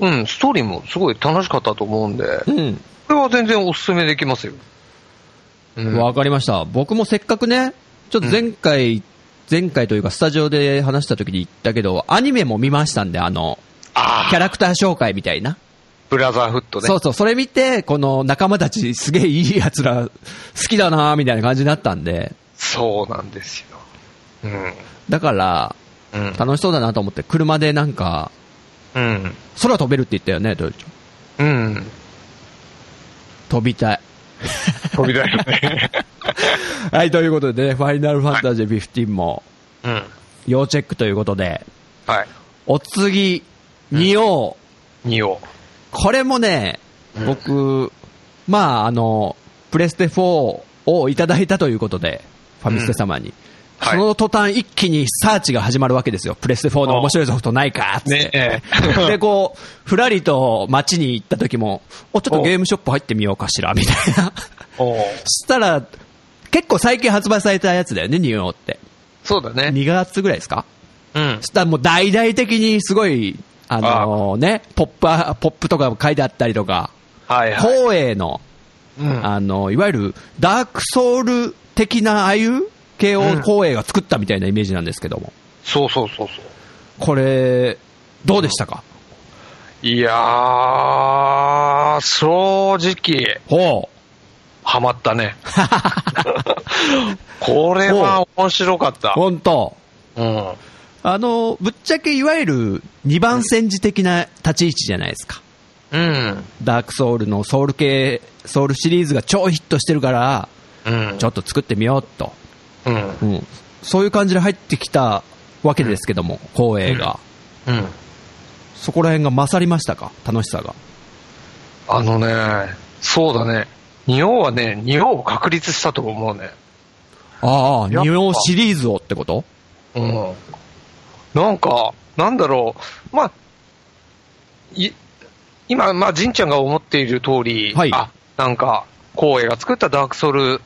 うん、ストーリーもすごい楽しかったと思うんで、うん。これは全然おすすめできますよ。うんわかりました。僕もせっかくね、ちょっと前回、前回というかスタジオで話した時に言ったけど、アニメも見ましたんで、あの、あキャあ、ラクター紹介みたいな。ブラザーフットね。そうそう、それ見て、この仲間たちすげえいい奴ら好きだなーみたいな感じになったんで、そうなんですよ。うん。だから、うん。楽しそうだなと思って、車でなんか、うん。空飛べるって言ったよね、ドイツ。うん。飛びたい。飛びだよね。はい、ということでね、ファイナルファンタジー15も、 うん。要チェックということで、はい。お次、仁王。 2を。これもねうん、僕、まあ、あの、プレステ4をいただいたということで、ファミステ様に。はいその途端一気にサーチが始まるわけですよ。プレステ4の面白いソフトないかっつって。ねで、こう、ふらりと街に行った時も、お、ちょっとゲームショップ入ってみようかしら、みたいな。 おうしたら、結構最近発売されたやつだよね、ニューオーって。そうだね。 2月ぐらいですかうん。したらもう大々的にすごい、あのね、ポップあ、ポップとかも書いてあったりとか、はいはい。光栄の、うんあの、いわゆるダークソウル的なああいう系をうん光栄が作ったみたいなイメージなんですけども。そうそうそうそう。これ、どうでしたかいやー、正直、ほう。ハマった ね。これは面白かった。 本当うん。あの、ぶっちゃけいわゆる二番戦時的な立ち位置じゃないですか。うん。ダークソウルのソウル系、ソウルシリーズが超ヒットしてるから、うん。ちょっと作ってみようと。うん。うん。そういう感じで入ってきたわけですけども、光栄が。うん。そこら辺が勝りましたか楽しさが。あのね、そうだね。2王はね、2王を確立したと思うね。ああ、やっぱニューシリーズをってことうん。なんか、なんだろう。まあ、い、今、まあ、じんちゃんが思っている通り、はいあ、なんか、光栄が作ったダークソウル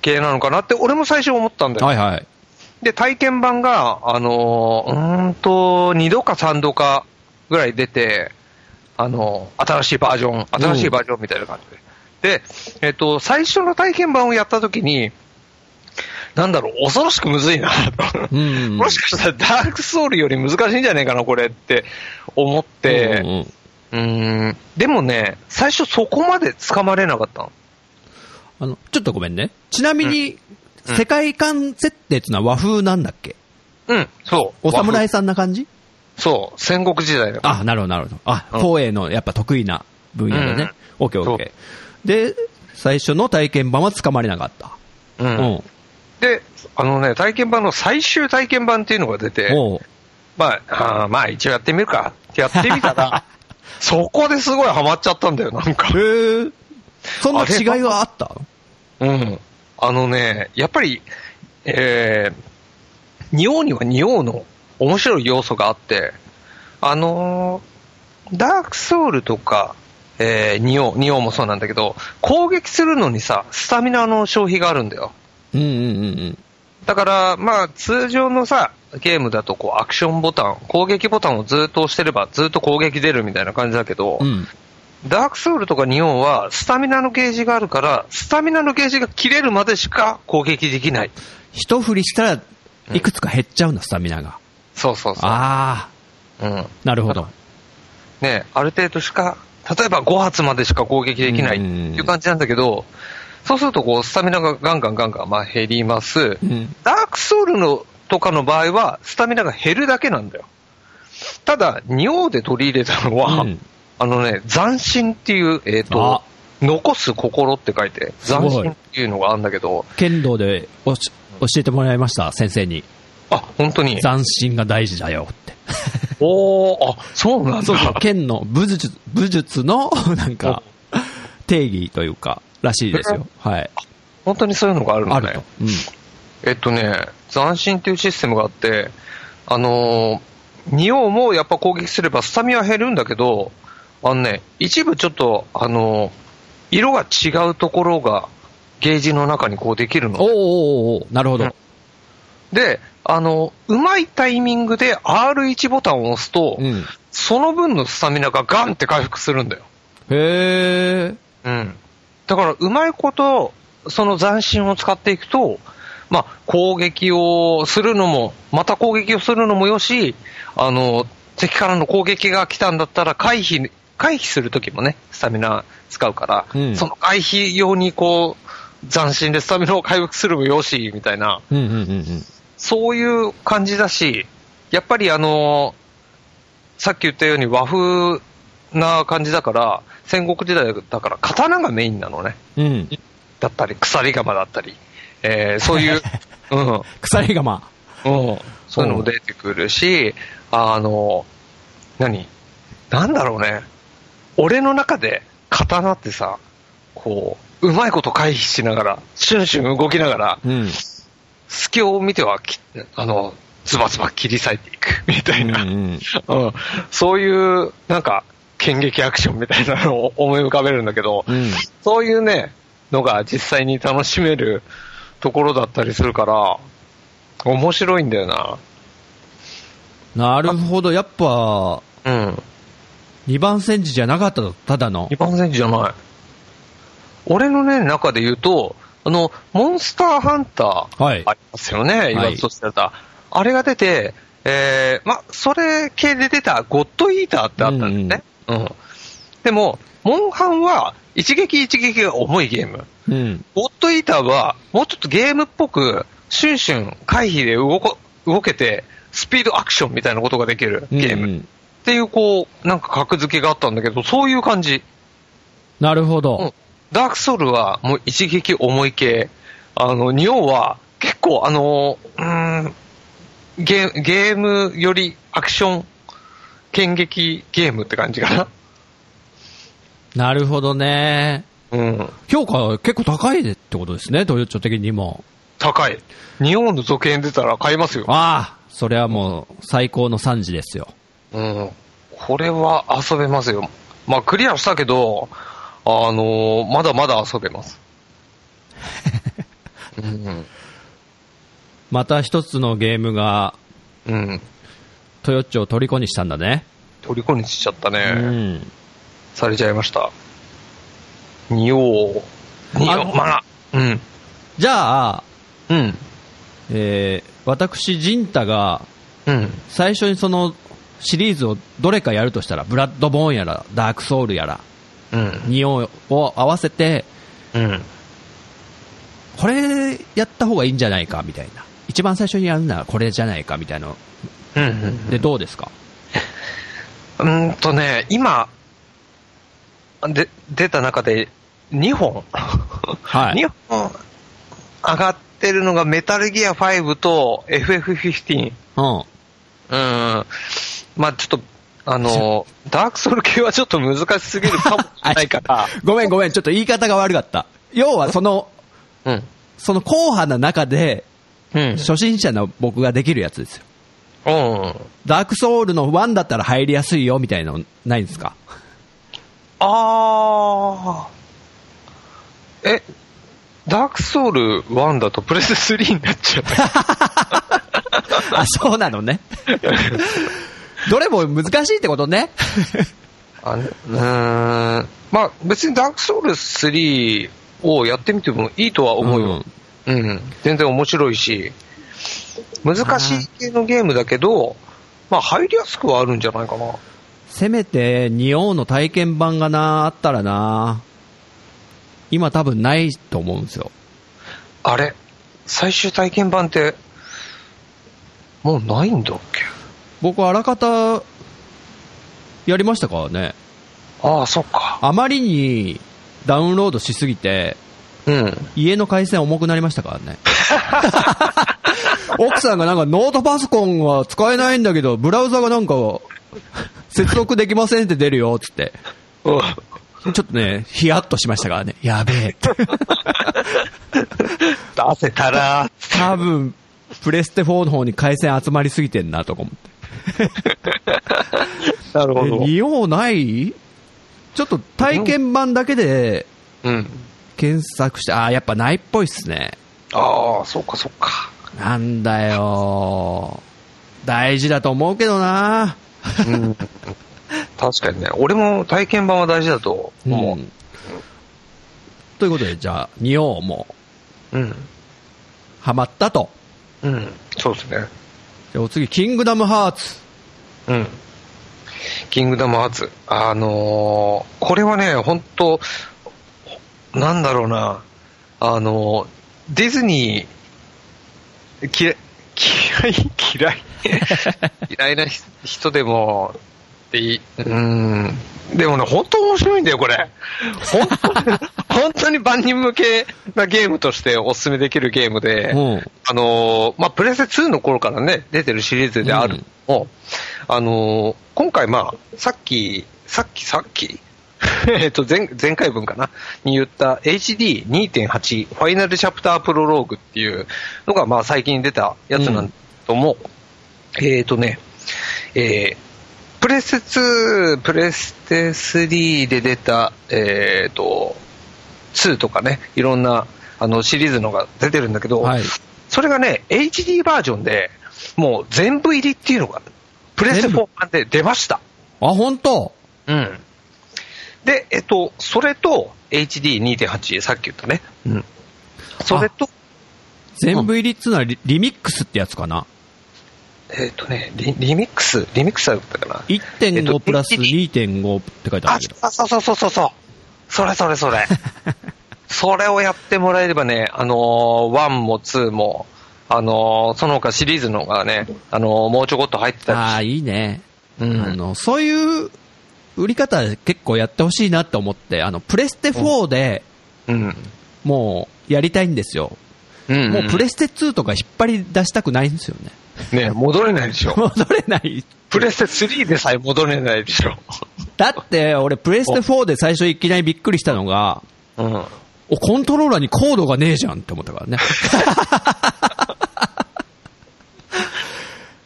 系なのかなって、俺も最初思ったんだよ。はいはい。で、体験版が、あのーうーんと、2度か3度かぐらい出て、あのー新しいバージョン、新しいバージョンみたいな感じで。で、えっと、最初の体験版をやったときに、なんだろう、恐ろしくむずいな、と。うんうんうんもしかしたらダークソウルより難しいんじゃねえかな、これって思って、うんうんうーん、でもね、最初そこまで掴まれなかったの。あの、ちょっとごめんね。ちなみに、うん世界観設定っていうのは和風なんだっけうん、そう。お侍さんな感じそう、戦国時代だから。あ、なるほど、なるほど。あ、東映のやっぱ得意な分野だね。オッケーオッケー。で、最初の体験版は捕まれなかった。うんで、あのね、体験版の最終体験版っていうのが出て、おうまあ、あーまあ一応やってみるか。やってみた ら、そこですごいハマっちゃったんだよ、なんか。へーそんな違いはあったうん。あのね、やっぱり、えー、仁王には仁王の面白い要素があって、あのーダークソウルとか、えー、仁王、仁王もそうなんだけど、攻撃するのにさ、スタミナの消費があるんだよ。うんうんうんうん。だから、まあ、通常のさ、ゲームだと、こう、アクションボタン、攻撃ボタンをずっと押してれば、ずっと攻撃出るみたいな感じだけど、うん。ダークソウルとか日本は、スタミナのゲージがあるから、スタミナのゲージが切れるまでしか攻撃できない。一振りしたら、いくつか減っちゃうんだ、スタミナが。そうそうそあう。うん。あ、なるほど。ね、ある程度しか、例えば5発までしか攻撃できないっていう感じなんだけど、そうすると、こう、スタミナがガンガンガンガン、まあ、減ります。うん。ダークソウルのとかの場合は、スタミナが減るだけなんだよ。ただ、仁王で取り入れたのは、うんあのね、斬新っていう、えっ、とあ、残す心って書いて、すごい斬新っていうのがあるんだけど、剣道でおし教えてもらいました、先生に。あ、本当に。斬新が大事だよって。おー、あ、そうなんだ。そうそう、剣の武術、武術の、 なんか、定義というか、らしいですよ。はい。本当にそういうのがあるんあだるねと。。うん。えっとね、斬新っていうシステムがあって、あのー、仁王もやっぱ攻撃すればスタミナ減るんだけど、あのね、一部ちょっと、あのー、色が違うところが、ゲージの中にこうできるおーの。おーおーおーなるほど。で、あの、うまいタイミングで R1 ボタンを押すと、うん。その分のスタミナがガンって回復するんだよ。へーうん。だから、うまいこと、その斬新を使っていくと、まあ、攻撃をするのも、また攻撃をするのもよし、あの、敵からの攻撃が来たんだったら回避、回避するときもね、スタミナ使うから、うんその回避用にこう、斬新でスタミナを回復するもよし、みたいな、うんうんうんうん。そういう感じだし、やっぱりあの、さっき言ったように和風な感じだから、戦国時代だから刀がメインなのね。うん。だったり、鎖鎌だったり、えーそういう、うん、うん、鎖鎌。そういうのも出てくるし、あの、何なんだろうね。俺の中で刀ってさ、こう、うまいこと回避しながら、シュンシュン動きながら、うん。隙を見てはき、あの、ズバズバ切り裂いていく、 みたいな、うんうんうんそういう、なんか、剣撃アクションみたいなのを思い浮かべるんだけど、うんそういうね、のが実際に楽しめるところだったりするから、面白いんだよなるほど。やっぱ、な。うん。二番煎じじゃなかったと、ただの二。番戦じゃない。俺のね、中で言うと、あの、モンスターハンター、はいありますよね、言わずとされた。あれが出て、えー、ま、それ系で出たゴッドイーターってあったんですね。うん、でも、モンハンは一撃一撃が重いゲーム。うん。ゴッドイーターは、もうちょっとゲームっぽく、シュンシュン回避で動こ動けて、スピードアクションみたいなことができるゲーム。うんうっんていう、こう、なんか格付けがあったんだけど、そういう感じ。なるほうんど。ダークソウルはもう一撃重い系。あの、ニオは結構あの、うーん、ゲーゲームよりアクション、剣撃ゲームって感じかな。なるほどね。うん。評価は結構高いでってことですね、トヨッチョ的にも。高い。ニオの続編出たら買いますよ。ああ、それはもう最高の惨事ですよ。うん。これは遊べますよ。まあ、クリアしたけど、あのーまだまだ遊べ ます。うん。また一つのゲームが、うん。トヨッチョを虜にしたんだね。虜にしちゃったね。うん。されちゃいました。におう。にあおう。まあ、うん。じゃあ、うん。えー、私、ジンタが、うん。最初にその、シリーズをどれかやるとしたら、ブラッドボーンやら、ダークソウルやら、うん。ニオンを合わせて、うん。これやった方がいいんじゃないか、みたいな。一番最初にやるならこれじゃないか、みたいな。うん。で、どうですかうーんとね、今、で、出た中で2本。はい2本上がってるのがメタルギア5と FF15。うん。うん。まあちょっと、あの、ダークソウル系はちょっと難しすぎる かもしれないから。ごめんごめん、ちょっと言い方が悪かった。要はその、うん。その硬派な中で、うん。初心者の僕ができるやつですよ。うん。ダークソウルの1だったら入りやすいよみたいなのないんです かあー。え、ダークソウル1だとプレス3になっ ちゃう。あ、そうなのね。どれも難しいってことね。あうーん。まあ別にダークソウル3をやってみてもいいとは思うよ。うん、全然面白いし、難しい系のゲームだけど、まあ入りやすくはあるんじゃないかな。せめて、仁王の体験版がな、あったらな。今多分ないと思うんですよ。あれ最終体験版って、もうないんだっけ僕、あらかた、やりましたからね。ああ、そっか。あまりに、ダウンロードしすぎて、うん。家の回線重くなりましたからね。 奥さんがなんかノートパソコンは使えないんだけど、ブラウザがなんか、接続できませんって出るよ、つって。ちょっとね、ヒヤッとしましたからね。やべえって。出せたら、多分、プレステ4の方に回線集まりすぎてんな、とか思って。なるえ、利用ないちょっと体験版だけでうん。検索して、あーやっぱないっぽいっすね。ああ、そっかそっか。なんだよ大事だと思うけどなうん。確かにね。俺も体験版は大事だと思ん。ということで、じゃあ、仁王もう。うん。ハマったと。うん。そうですね。じゃあお次、キングダムハーツ。うん。キングダムハーツ。あのーこれはね、本当なんだろうな。あのーディズニー、き れ嫌い、嫌 い、嫌いな人人でも、っていうん。でもね、本当面白いんだよ、これ。本当本当に万人向けなゲームとしてお勧めできるゲームで、うんあのーまあ、プレステ2の頃からね、出てるシリーズであるのを、あのー今回、まあ、さっき、さっき、さっき、 えっと前、前回分かなに言った HD2.8 ファイナルチャプタープロローグっていうのが、まあ、最近出たやつなんだけども、えっ、とね、えープレステ2、プレステ3で出た、えっ、と、2とかね、いろんなあのシリーズのが出てるんだけど、はいそれがね、HD バージョンで、もう全部入りっていうのが、プレステ全部4版で出ました。あ、本当うん。で、えっと、それと、HD2.8、さっき言ったね。うん。それと、全部入りっつうのはリリミックスってやつかな。えっとねリ、リミックス、リミックスだったかな。えっ1.5とプラス HD 2.5って書いてああるけど。、そうそうそうそうそう。それそれそれ。 それをやってもらえればね、あのー、1も2も、あのー、その他シリーズのがね、あのー、もうちょこっと入ってあたあ、りしいいね。うんあの、そういう売り方結構やってほしいなって思って、あの、プレステ4でうん。もうやりたいんですよ。うんもうプレステ2とか引っ張り出したくないんですよね。 ね、戻れないでしょ。戻れない。プレステ3でさえ戻れないでしょ。だって、俺、プレステ4で最初いきなりびっくりしたのが、うん。お、コントローラーにコードがねえじゃんって思った からね。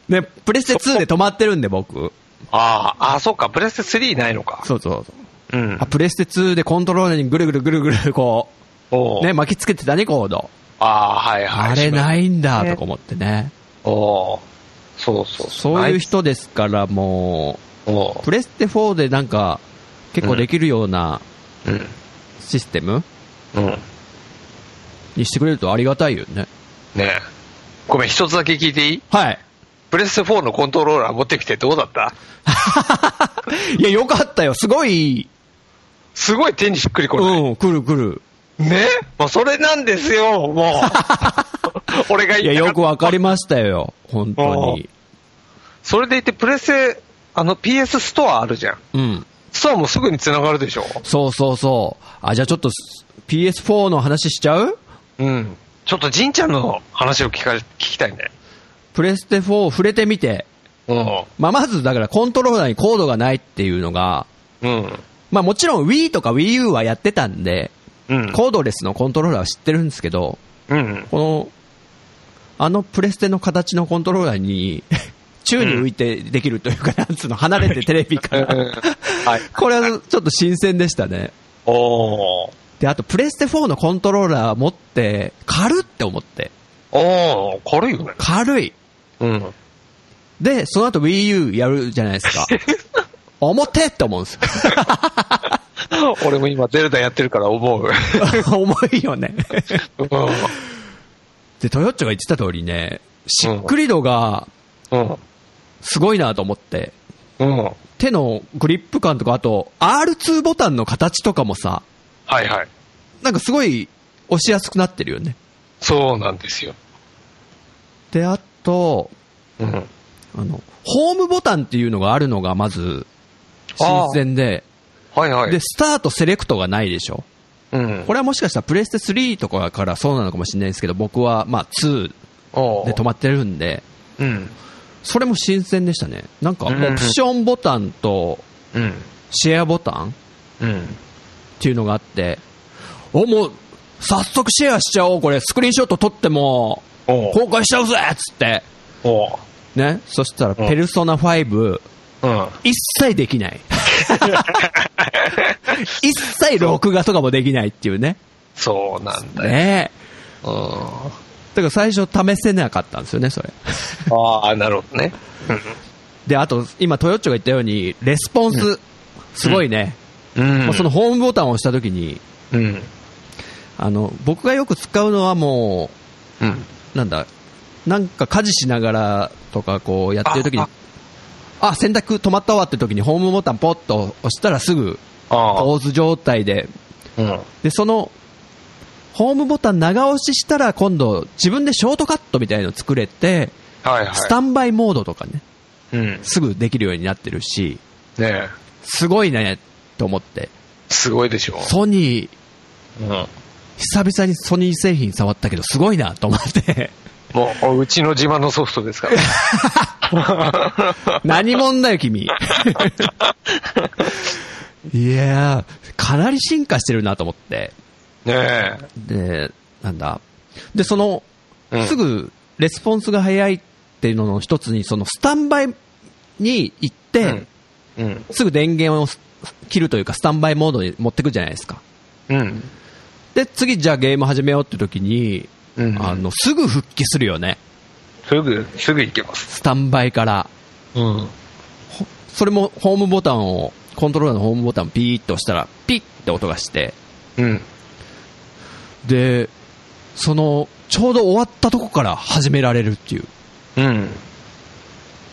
ね、プレステ2で止まってるんで、僕。ああ、あそうか、プレステ3ないのか。そうそうそう。うんあ、。プレステ2でコントローラーにぐるぐるぐるぐる、こおう、うね、巻きつけてたね、コード。ああ、はいはい。。あれないいんだ、ねとか思ってね。おうそうそう。そういう人ですから、も人。おうう、プレステ4でなんか、結構できるようなうん。システムうん。にしてくれるとありがたいよね。ねごめん、一つだけ聞いていいはい。プレステ4のコントローラー持ってきてどうだったいや、よかったよ。すごい、すごい手にしっくりこない。うん、来る来る。ねもうそれなんですよ、も う。俺がい言や、いたかよっくたわかりましたよ。本当に。それでいて、プレステ、ああの PS ストアあるじゃん。うん。ストアもすぐに繋がるでしょそうそうそう。あ、じゃあちょっと PS4 の話しちゃううん。ちょっとじんちゃんの話を聞か、聞きたいね。プレステ4触れてみて。うまあ、まずだからコントローラーにコードがないっていうのが、ん。うん。まあもちろん Wii とか Wii U はやってたんで、うん。コードレスのコントローラーは知ってるんですけど、うん。この、あのプレステの形のコントローラーに、 宙に浮いてできるというか、なんつうの、離れてテレビかうんら。 はいこれはちょっと新鮮でしたね。おー。で、あとプレステ4のコントローラー持って、軽って思って。おー、軽いよね。軽い。うん。で、その後 Wii U やるじゃないですか。重てえって思うんですよ。 俺も今ゼルダやってるから思う。重いよね。うん。で、トヨッチョが言ってた通りね、しっくり度がうん。すごいなと思って、うん。は手のグリップ感とか、あと R2 ボタンの形とかもさ、いはい。なんかすごい押しやすくなってるよね。そうなんですよ。で、あと、うん。あの、ホームボタンっていうのがあるのがまず、新鮮で、はいはい。で、スタートセレクトがないでしょ。うん。これはもしかしたらプレステ3とかからそうなのかもしれないですけど、僕はまあ2おーで止まってるんで、うん。それも新鮮でしたね。なんか、オうんプションボタンとうん。シェアボタンっうん。ていうのがあって、お、もう、早速シェアしちゃおう、これ、スクリーンショット撮っても、おー公開しちゃうぜっつって。おーね。そしたら、うんペルソナ5、うん。一切で きない。一切録画とかもできないっていうね。そうなんだよ。ねうん。だから最初試せなかったんですよね、それ。ああ、なるほどね。で、あと、今、トヨッチョが言ったように、レスポンス、すごいね。うんもうその、ホームボタンを押した時に、うん。あの、僕がよく使うのはもうん。う、なんだ、なんか家事しながらとかこうやってる時にあ、あ、洗濯止まったわって時にホームボタンポッと押したらすぐ、ああ。ポーズ状態で、うん。で、その、ホームボタン長押ししたら今度自分でショートカットみたいの作れて、はいはい。スタンバイモードとかね、うん。ねすぐできるようになってるし、え。すごいね、と思って。すごいでしょ。ソニー、うん。久々にソニー製品触ったけど、すごいな、と思 って。もう、うちの自慢のソフトですから。何者だよ、君。いやー、かなり進化してるなと思って。 ねで、なんだ。で、その、うんすぐ、レスポンスが早いっていうのの一つに、その、スタンバイに行って、うんえ。うん。すぐ電源をす切るというか、スタンバイモードに持ってくじゃないですか。うん。で、次、じゃあゲーム始めようって時に、うんあの、すぐ復帰するよね。すぐ、すぐ行けます。スタンバイから。うん。ほそれもホームボタンを、コントローラーのホームボタンをピーッと押したら、ピッって音がして、うん。で、その、ちょうど終わったとこから始められるっていう。うん。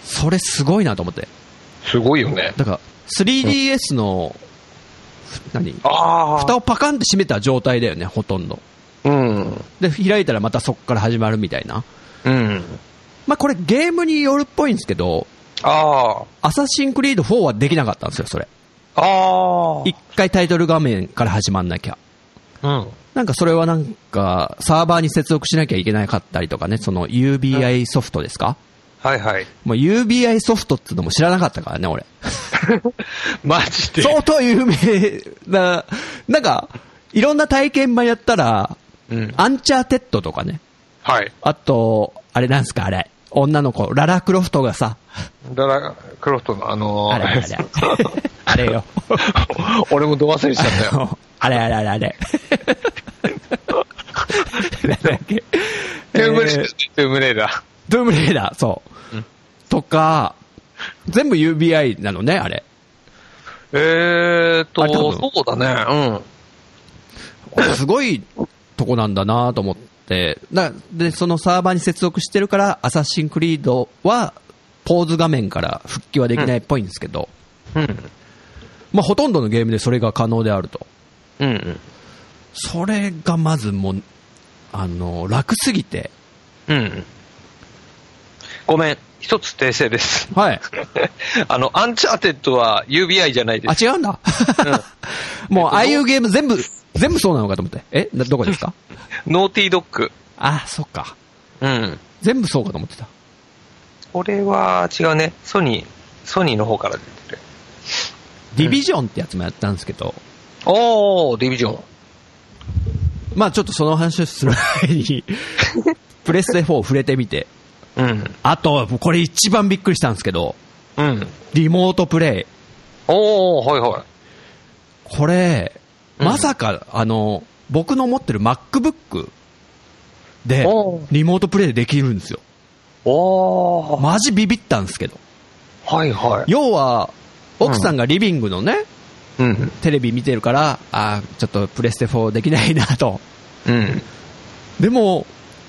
それすごいなと思って。すごいよね。だから、3DS の、何ああ。蓋をパカンって閉めた状態だよね、ほとんど。うん。で、開いたらまたそこから始まるみたいな。うん。まあ、これゲームによるっぽいんですけど、あアサシンクリード4はできなかったんですよ、それ。あ。あ一回タイトル画面から始まんなきゃ。あ。うん。なんかそれはなんか、サーバーに接続しなきゃいけなかったりとかね、その UBI ソフトですか、はいはい。もう UBI ソフトってのも知らなかったからね、 俺。マジで。相当有名な、なんか、いろんな体験版やったら、うん。アンチャーテッドとかね。はい。あと、あれなんすか、あれ。女の子、ララクロフトがさ、ダラ、クロフトのあのーあれあれあれ。 あれよ。 俺もど忘れしちゃったよ。あれあれあれ あれ。 なんだっけ。トゥームレイえダーー、トゥームレイダー。ドゥームレイダー、そう。とか、全部 UBI なのね、あれ。えーっあれ多と、分そうだね。すごいとこなんだなと思って。だで、そのサーバーに接続してるから、アサシンクリードは、ポーズ画面から復帰はできないっぽいんですけど、うん。まあほとんどのゲームでそれが可能であると。うん。うん。それがまずもう、あの、楽すぎて、うん。ごめん。一つ訂正です。 はい。あの、アンチャーテッドは UBI じゃないであ、す。違うんだ。 もう、ああいうゲーム全部、全部そうなのかと思って。えなどこですかノーティードッグ。 あ、そっか。うん。全部そうかと思ってた。これは違うね。ソニー、ソニーの方から出てる。ディビジョンってやつもやったんですけど、おー、ディビジョン。まあちょっとその話をする前 に、プレステ4触れてみて、うん。あと、これ一番びっくりしたんですけど、うん。リモートプレイ。おー、はいはい。これ、うんまさか、あの、僕の持ってる MacBook でおう、リモートプレイできるんですよ。おー、マジビビったんですけど。はいはい。要は、奥さんがリビングのね、うん。テレビ見てるから、あーちょっとプレステ4できないなと。うん。でも、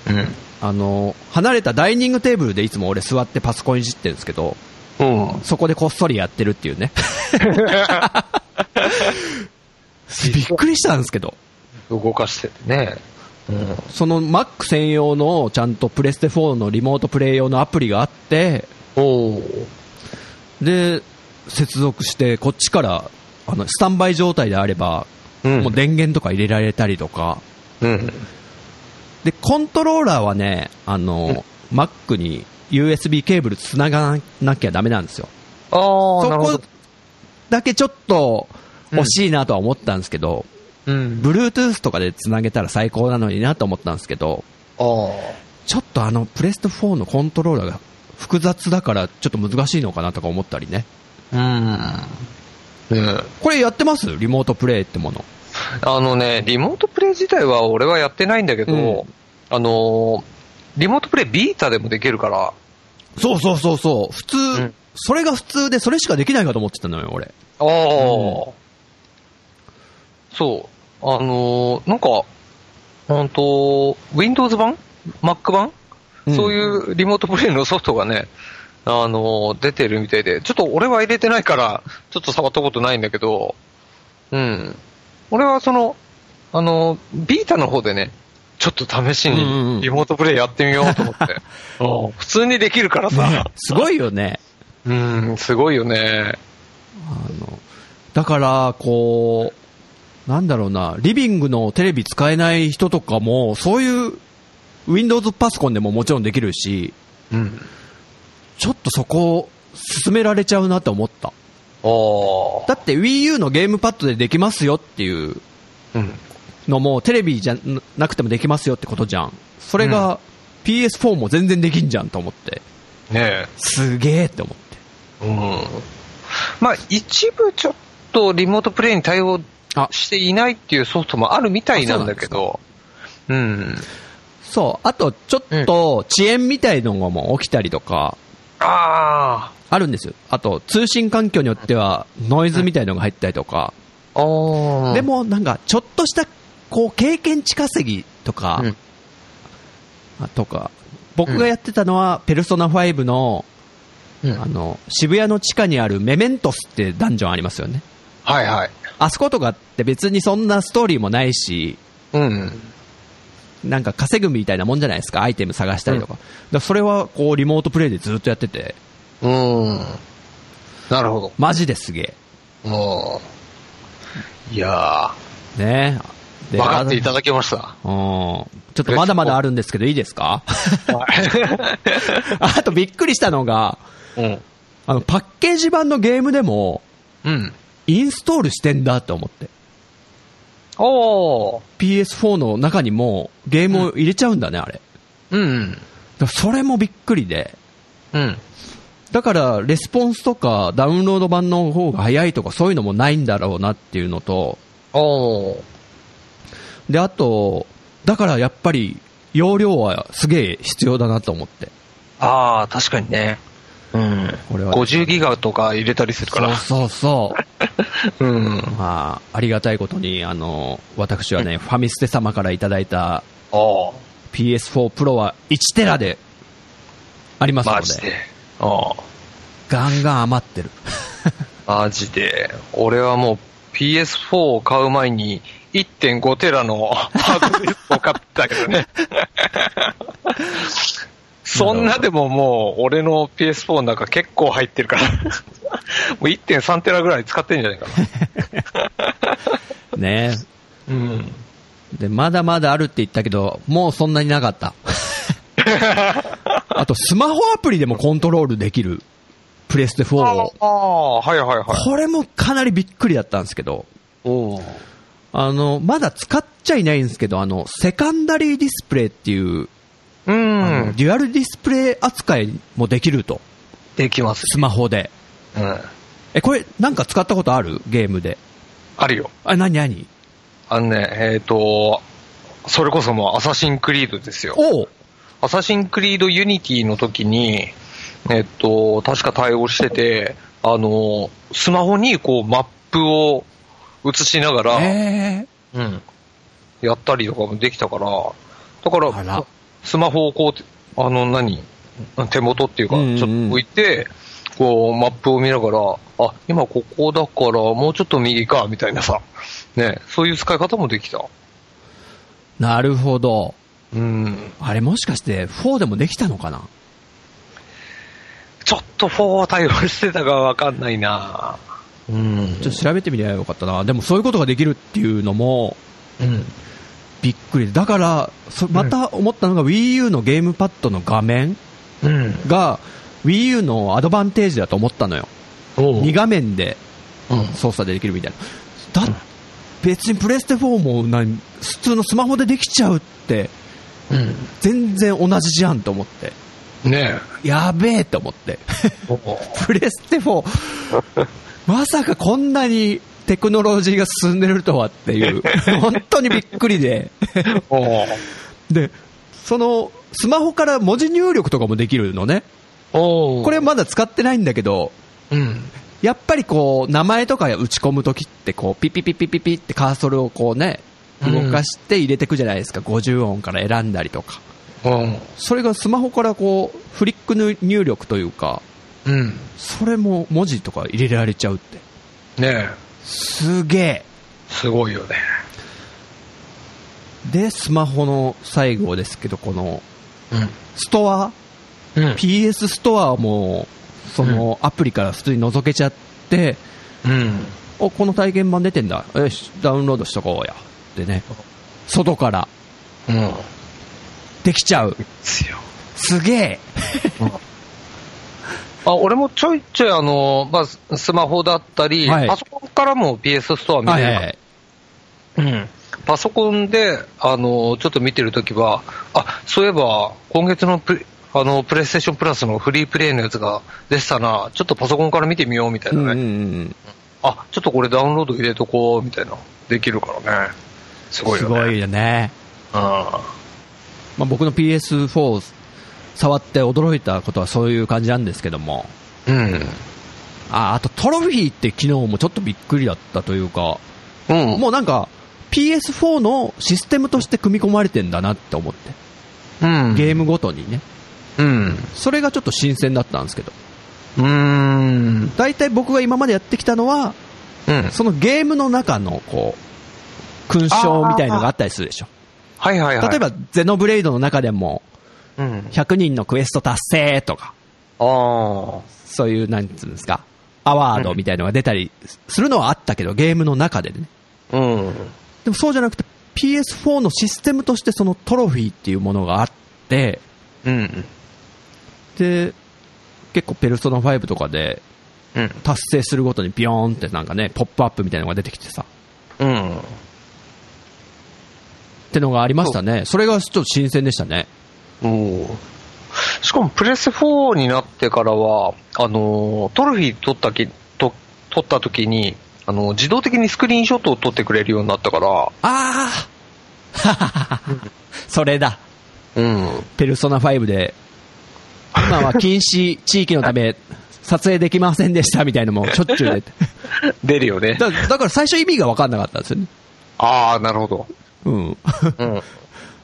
うん。あの、離れたダイニングテーブルでいつも俺座ってパソコンいじってるんですけど、うん。そこでこっそりやってるってい うね。びっくりしたんですけど。動かしててね。うん。その Mac 専用のちゃんとプレステ4のリモートプレイ用のアプリがあって、おー。で、接続して、こっちから、あの、スタンバイ状態であれば、うんもう電源とか入れられたりとか、うん。で、コントローラーはね、あの、Mac に USB ケーブルつながなきゃダメなんですよ。あー、そなるほこど。だけちょっと惜しいなとは思ったんですけど、うん。 Bluetooth とかでつなげたら最高なのになと思ったんですけど、あー。ちょっとあの、プレステ4のコントローラーが複雑だから、ちょっと難しいのかなとか思ったりね。うん。ねえこれやってますリモートプレイってもの。あのね、リモートプレイ自体は俺はやってないんだけど、うんあのーリモートプレイビータでもできるから、そうそうそうそう。普通、んそれが普通で、それしかできないかと思ってたのよ、俺。ああ、そう、あのーなんか、ほんと、Windows 版 ?Mac 版、うんそういうリモートプ レイのソフトがね、あのー出てるみたいで、ちょっと俺は入れてないから、ちょっと触ったことないんだけど、うん。俺はその、あのービータの方でね、ちょっと試しうんうんうんにリモートプレイやってみようと思 って。うん普通にできるからさ。すごいよね。うん、すごいよね。あの、だから、こう、なんだろうな、リビングのテレビ使えない人とかも、そういう、Windows パソコンでももちろんできるし、うん。ちょっとそこを進められちゃうなと思った。ああ。だって Wii U のゲームパッドでできますよっていううん。のもテレビじゃなくてもできますよってことじゃん。それが PS4 も全然できんじゃんと思って。ねすげえって思って。え。うん。まあ、一部ちょっとリモートプレイに対応あしていないっていうソフトもあるみたいなんだけど、うん。そう。あと、ちょっと遅延みたいのがもう起きたりとか、ああるんですよ。あと、通信環境によってはノイズみたいのが入ったりとか。あ。ああ。で、もなんか、ちょっとした、こう、経験値稼ぎとか、うんあとか、僕がやってたのは、ペルソナ5の、うんあの、渋谷の地下にあるメメントスってダンジョンありますよね。はいはい。あそことかって別にそんなストーリーもないし、うん。なんか稼ぐみたいなもんじゃないですか、アイテム探したりとか。だからそれはこうリモートプレイでずっとやってて、うん。なるほど。マジですげうん。いやえ。ねえ。ー、で分かっていたあだけました。うん。ちょっとまだまだあるんですけど、いいで すかあとびっくりしたのが、うん。あの、パッケージ版のゲームでも、うん。インストールしてんだって思って。おー。 PS4 の中にもゲームを入れちゃうんだね、あれ。だかうん。らそれもびっくりで。うん。だから、レスポンスとかダウンロード版の方が早いとかそういうのもないんだろうなっていうのと、おー。で、あと、だからやっぱり、容量はすげえ必要だなと思って。ああ、確かにね。うん。俺は50ギガとか入れたりするかそうら。そうそう。うん。まあ、ありがたいことに、あの、私はね、ファミステ様からいただいたあ PS4 Pro は1テラでありまあ、すのマジで、で。あガンガン余ってる。あ、マジで。俺はもう PS4 を買う前に1.5テラのハードディスクを買ったけどね。そんなでももう、俺の PS4 の中結構入ってるから もう1.3テラぐらい使ってんじゃないかな。ねえ。うん。で、まだまだあるって言ったけど、もうそんなにな かった。あと、スマホアプリでもコントロールできる、プレステ4を。ああ、はいはいはい。これもかなりびっくりだったんですけど、あの、まだ使っちゃいないんですけど、あの、セカンダリーディスプレイっていう、うあのん。デュアルディスプレイ扱いもできると。できます。スマホで。うん。え、これ、なんか使ったことあるゲームで。あるよ。あ、なになにあのね、えっ、と、それこそもうアサシンクリードですよ。おうアサシンクリードユニティの時に、えっと、確か対応してて、あの、スマホにこうマップを映しながら、えうん、やったりとかもできたから、だから、あらスマホをこう、あの何、手元っていうか、うんうんうんちょっと置いて、こう、マップを見ながら、あ、今ここだから、もうちょっと右か、みたいなさ、ね、そういう使い方もできた。ー、なるほど。うん。あれもしかして、4でもできたのかなちょっと4は対応してたかわかんないなうん。ちょっと調べてみりゃよかったな。でもそういうことができるっていうのも、うん。びっくり。だから、そまた思ったのが Wii U のゲームパッドの画面うん。が、Wii U のアドバンテージだと思ったのよ。おう2画面でうん。操作できるみたいな。だ、別にプレステ4も何、普通のスマホでできちゃうって、う全然同じじゃんと思って。ん。ねやべえと思って。え。おうプレステ4、まさかこんなにテクノロジーが進んでるとはっていう、本当にびっくりで。おうで、その、スマホから文字入力とかもできるのね。おう これ、まだ使ってないんだけど、うん。やっぱりこう、名前とか打ち込むときって、こう、ピピピピピピってカーソルをこうね、動かして入れていくじゃないですか。50音から選んだりとか。うん。それがスマホからこう、フリック入力というか、うん。それも文字とか入れられちゃうって。ねえ。すげえ。すごいよね。で、スマホの最後ですけど、この、うストア、ん。うん。 PS ストアも、その、アプリから普通に覗けちゃって、うん。お、この体験版出てんだ。よし、ダウンロードしとこうや。でね、外から、うん。できちゃう。ですよ。すげえ。あ、俺もちょいちょいあの、まあ、ススマホだったり、はいパソコンからも PS ストア見はいてはるいかはらい。うん。パソコンで、あの、ちょっと見てるときは、あ、そういえば、今月のプレあの、プレイステーションプラスのフリープレイのやつが出てたな、ちょっとパソコンから見てみようみたいうんなうね。んあ、ちょっとこれダウンロード入れとこうみたいな、できるからね。すうごん。いすよね。ごいよね。あまあ、僕の PS4 触って驚いたことはそういう感じなんですけども。うん。うん。あ、あとトロフィーって昨日もちょっとびっくりだったというか、うん。もうなんか PS4 のシステムとして組み込まれてんだなって思って。うん。ゲームごとにね。うん。それがちょっと新鮮だったんですけど。うーん。大体僕が今までやってきたのは、うん。そのゲームの中のこう、勲章みたいのがあったりするでしょ。はいはいはい。例え、ば、ゼノブレイドの中でも、うん。 100人のクエスト達成とか、あそういう、なんつうんですか、アワードみたいのが出たりするのはあったけど、ゲームの中でね。あ。うん。でもそうじゃなくて、PS4 のシステムとしてそのトロフィーっていうものがあって、うん。で、結構ペルソナ5とかでうん。達成するごとにビヨーンってなんかね、ポップアップみたいなのが出てきてさ、うん。ってのがありましたね。それがちょっと新鮮でしたね。おーしかもプレス4になってからは、あのートロフィー取ったきと取った時に、あのー自動的にスクリーンショットを取ってくれるようになったかあーはははは それだ。ら、うん。ペルソナ5で、今は禁止地域のため、撮影できませんでしたみたいなのもしょっちゅう出て。出るよね。だだから最初意味が分かんなかったんですよね。ああ、なるほど。うん。 うん。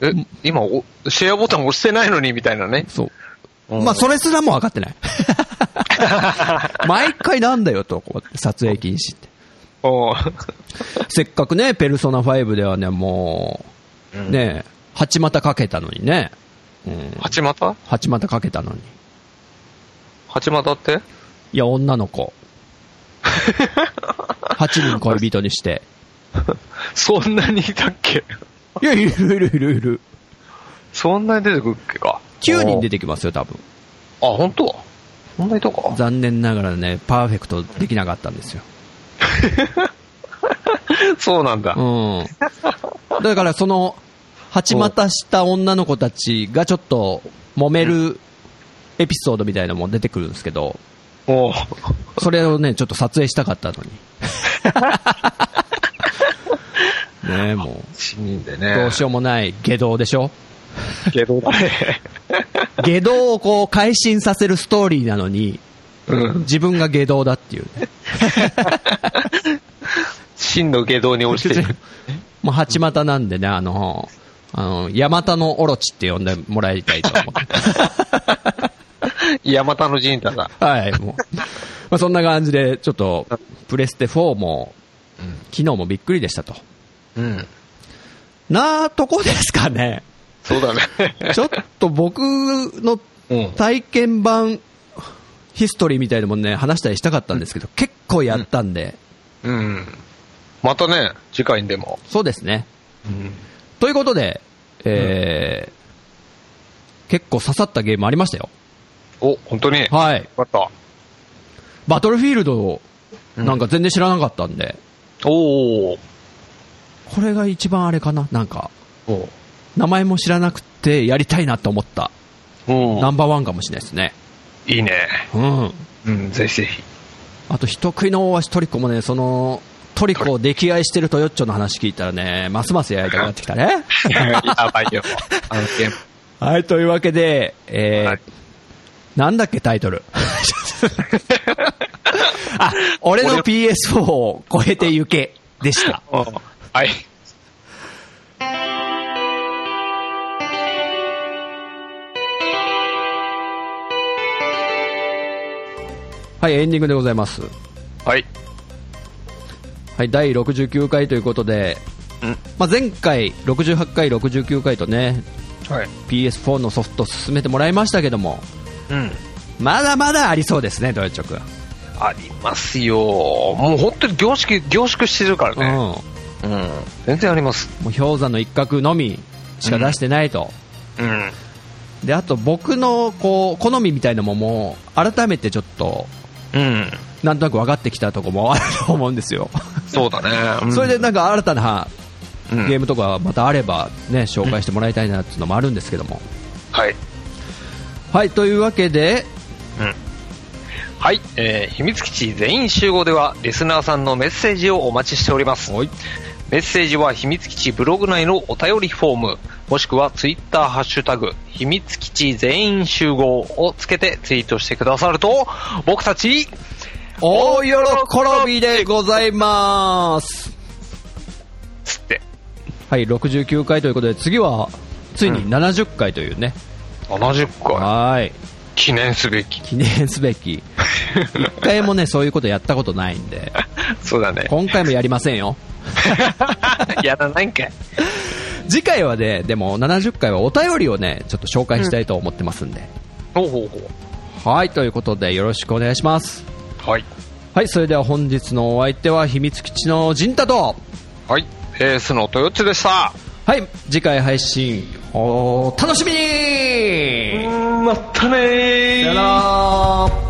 え、今お、シェアボタン押してないのにみたいなね。そう。うんまあ、それすらも分かって ない。毎回なんだよと、こう撮影禁止って。おー せっかくね、ペルソナ5ではね、もう、ね、八股かけたのにね、うん。八股八股かけたのに。八股っていや、女の 子。八人恋人にして。そんなにいたっけいや、いるいるいるいる。そんなに出てくるっけか。 9人出ててきますよ、多分。あ、本当そんなにいたか。残念ながらね、パーフェクトできなかったんですよ。そうなんだ。うん。だからその、八股した女の子たちがちょっと揉めるエピソードみたいなのも出てくるんですけど、おうそれをね、ちょっと撮影したかった のに。ねえ、も死人でう、ね。どうしようもない下道でしょうけ どね。下道をこう、改心させるストーリーなのに、うん。自分が下道だっていうね。真の下道に落ちている。 もう八股なんでね、あの、あの、ヤマタのオロチって呼んでもらいたいと思って。 山田の陣太 だ。はい、もう。まあ、そんな感じで、ちょっと、プレステ4も、昨日もびっくりでしたと。うん。なとこですか ね。そうだね。ちょっと僕のうん体験版、ヒストリーみたいなもんね、話したりしたかったんですけど、結構やったんで、うん。またね、次回にでも。そうですね。うん。ということで、えー結構刺さったゲームありましたよ。お、本当に。よはい。かった。バトルフィールドなんか全然知らなかったんで、おーこれが一番あれかななんか、お。名前も知らなくてやりたいなと思った、うナん。ンバーワンかもしれないですね。いいね。うん。うん、ぜひぜひ。あと、人食いの大橋トリコもね、その、トリコを溺愛してるトヨッチョの話聞いたらね、ますますやりたくなってきたね。 やばいよ。あのゲーム。はい、というわけで、えーはいなんだっけタ イトル。あ、俺の PS4 を超えて行けでした。うんはい。はい、エンディングでございます。はい。はい、第69回ということで、うんまあ、前回、68回、69回とね、はい。 PS4 のソフト進めてもらいましたけども、うん。まだまだありそうですね、ドヨッチョ君。ありますよ。もう本当に凝縮、凝縮してるからうん。ね。うん。全然あります。もう氷山の一角のみしか出してないと。うん。で、あと僕の、こう、好みみたいなのももう、改めてちょっと、 うん。なんとなく分かってきたとこもある と思うんですよ。そうだね。それでなんか新たなうん、ゲーム。ムとかまたあればね、紹介してもらいたいなっていうのもあるんですけども。はい。はい、というわけで、はい、えー、秘密基地全員集合では、リスナーさんのメッセージをお待ちしております。メッセージは秘密基地ブログ内のお便りフォーム、もしくはツイッターハッシュタグ、秘密基地全員集合をつけてツイートしてくださると、僕たち、大喜びでございます。つって、はい、69回ということで、次は、ついに70回というね、 70回、はい、記念すべき。記念すべ き、一回もね、そういうことやったことないんで、そうだね。今回もやりませんよ。 やらないんかい。次回はね、でも70回はお便りをね、ちょっと紹介したいと思ってますんで。ほうほうほはい、ということで、よろしくお願いします。う。はい。はい、それでは本日のお相手は、秘密基地の陣太と、はい、エースの豊地でした。はい、次回配信、お楽しみにまったねーさよなら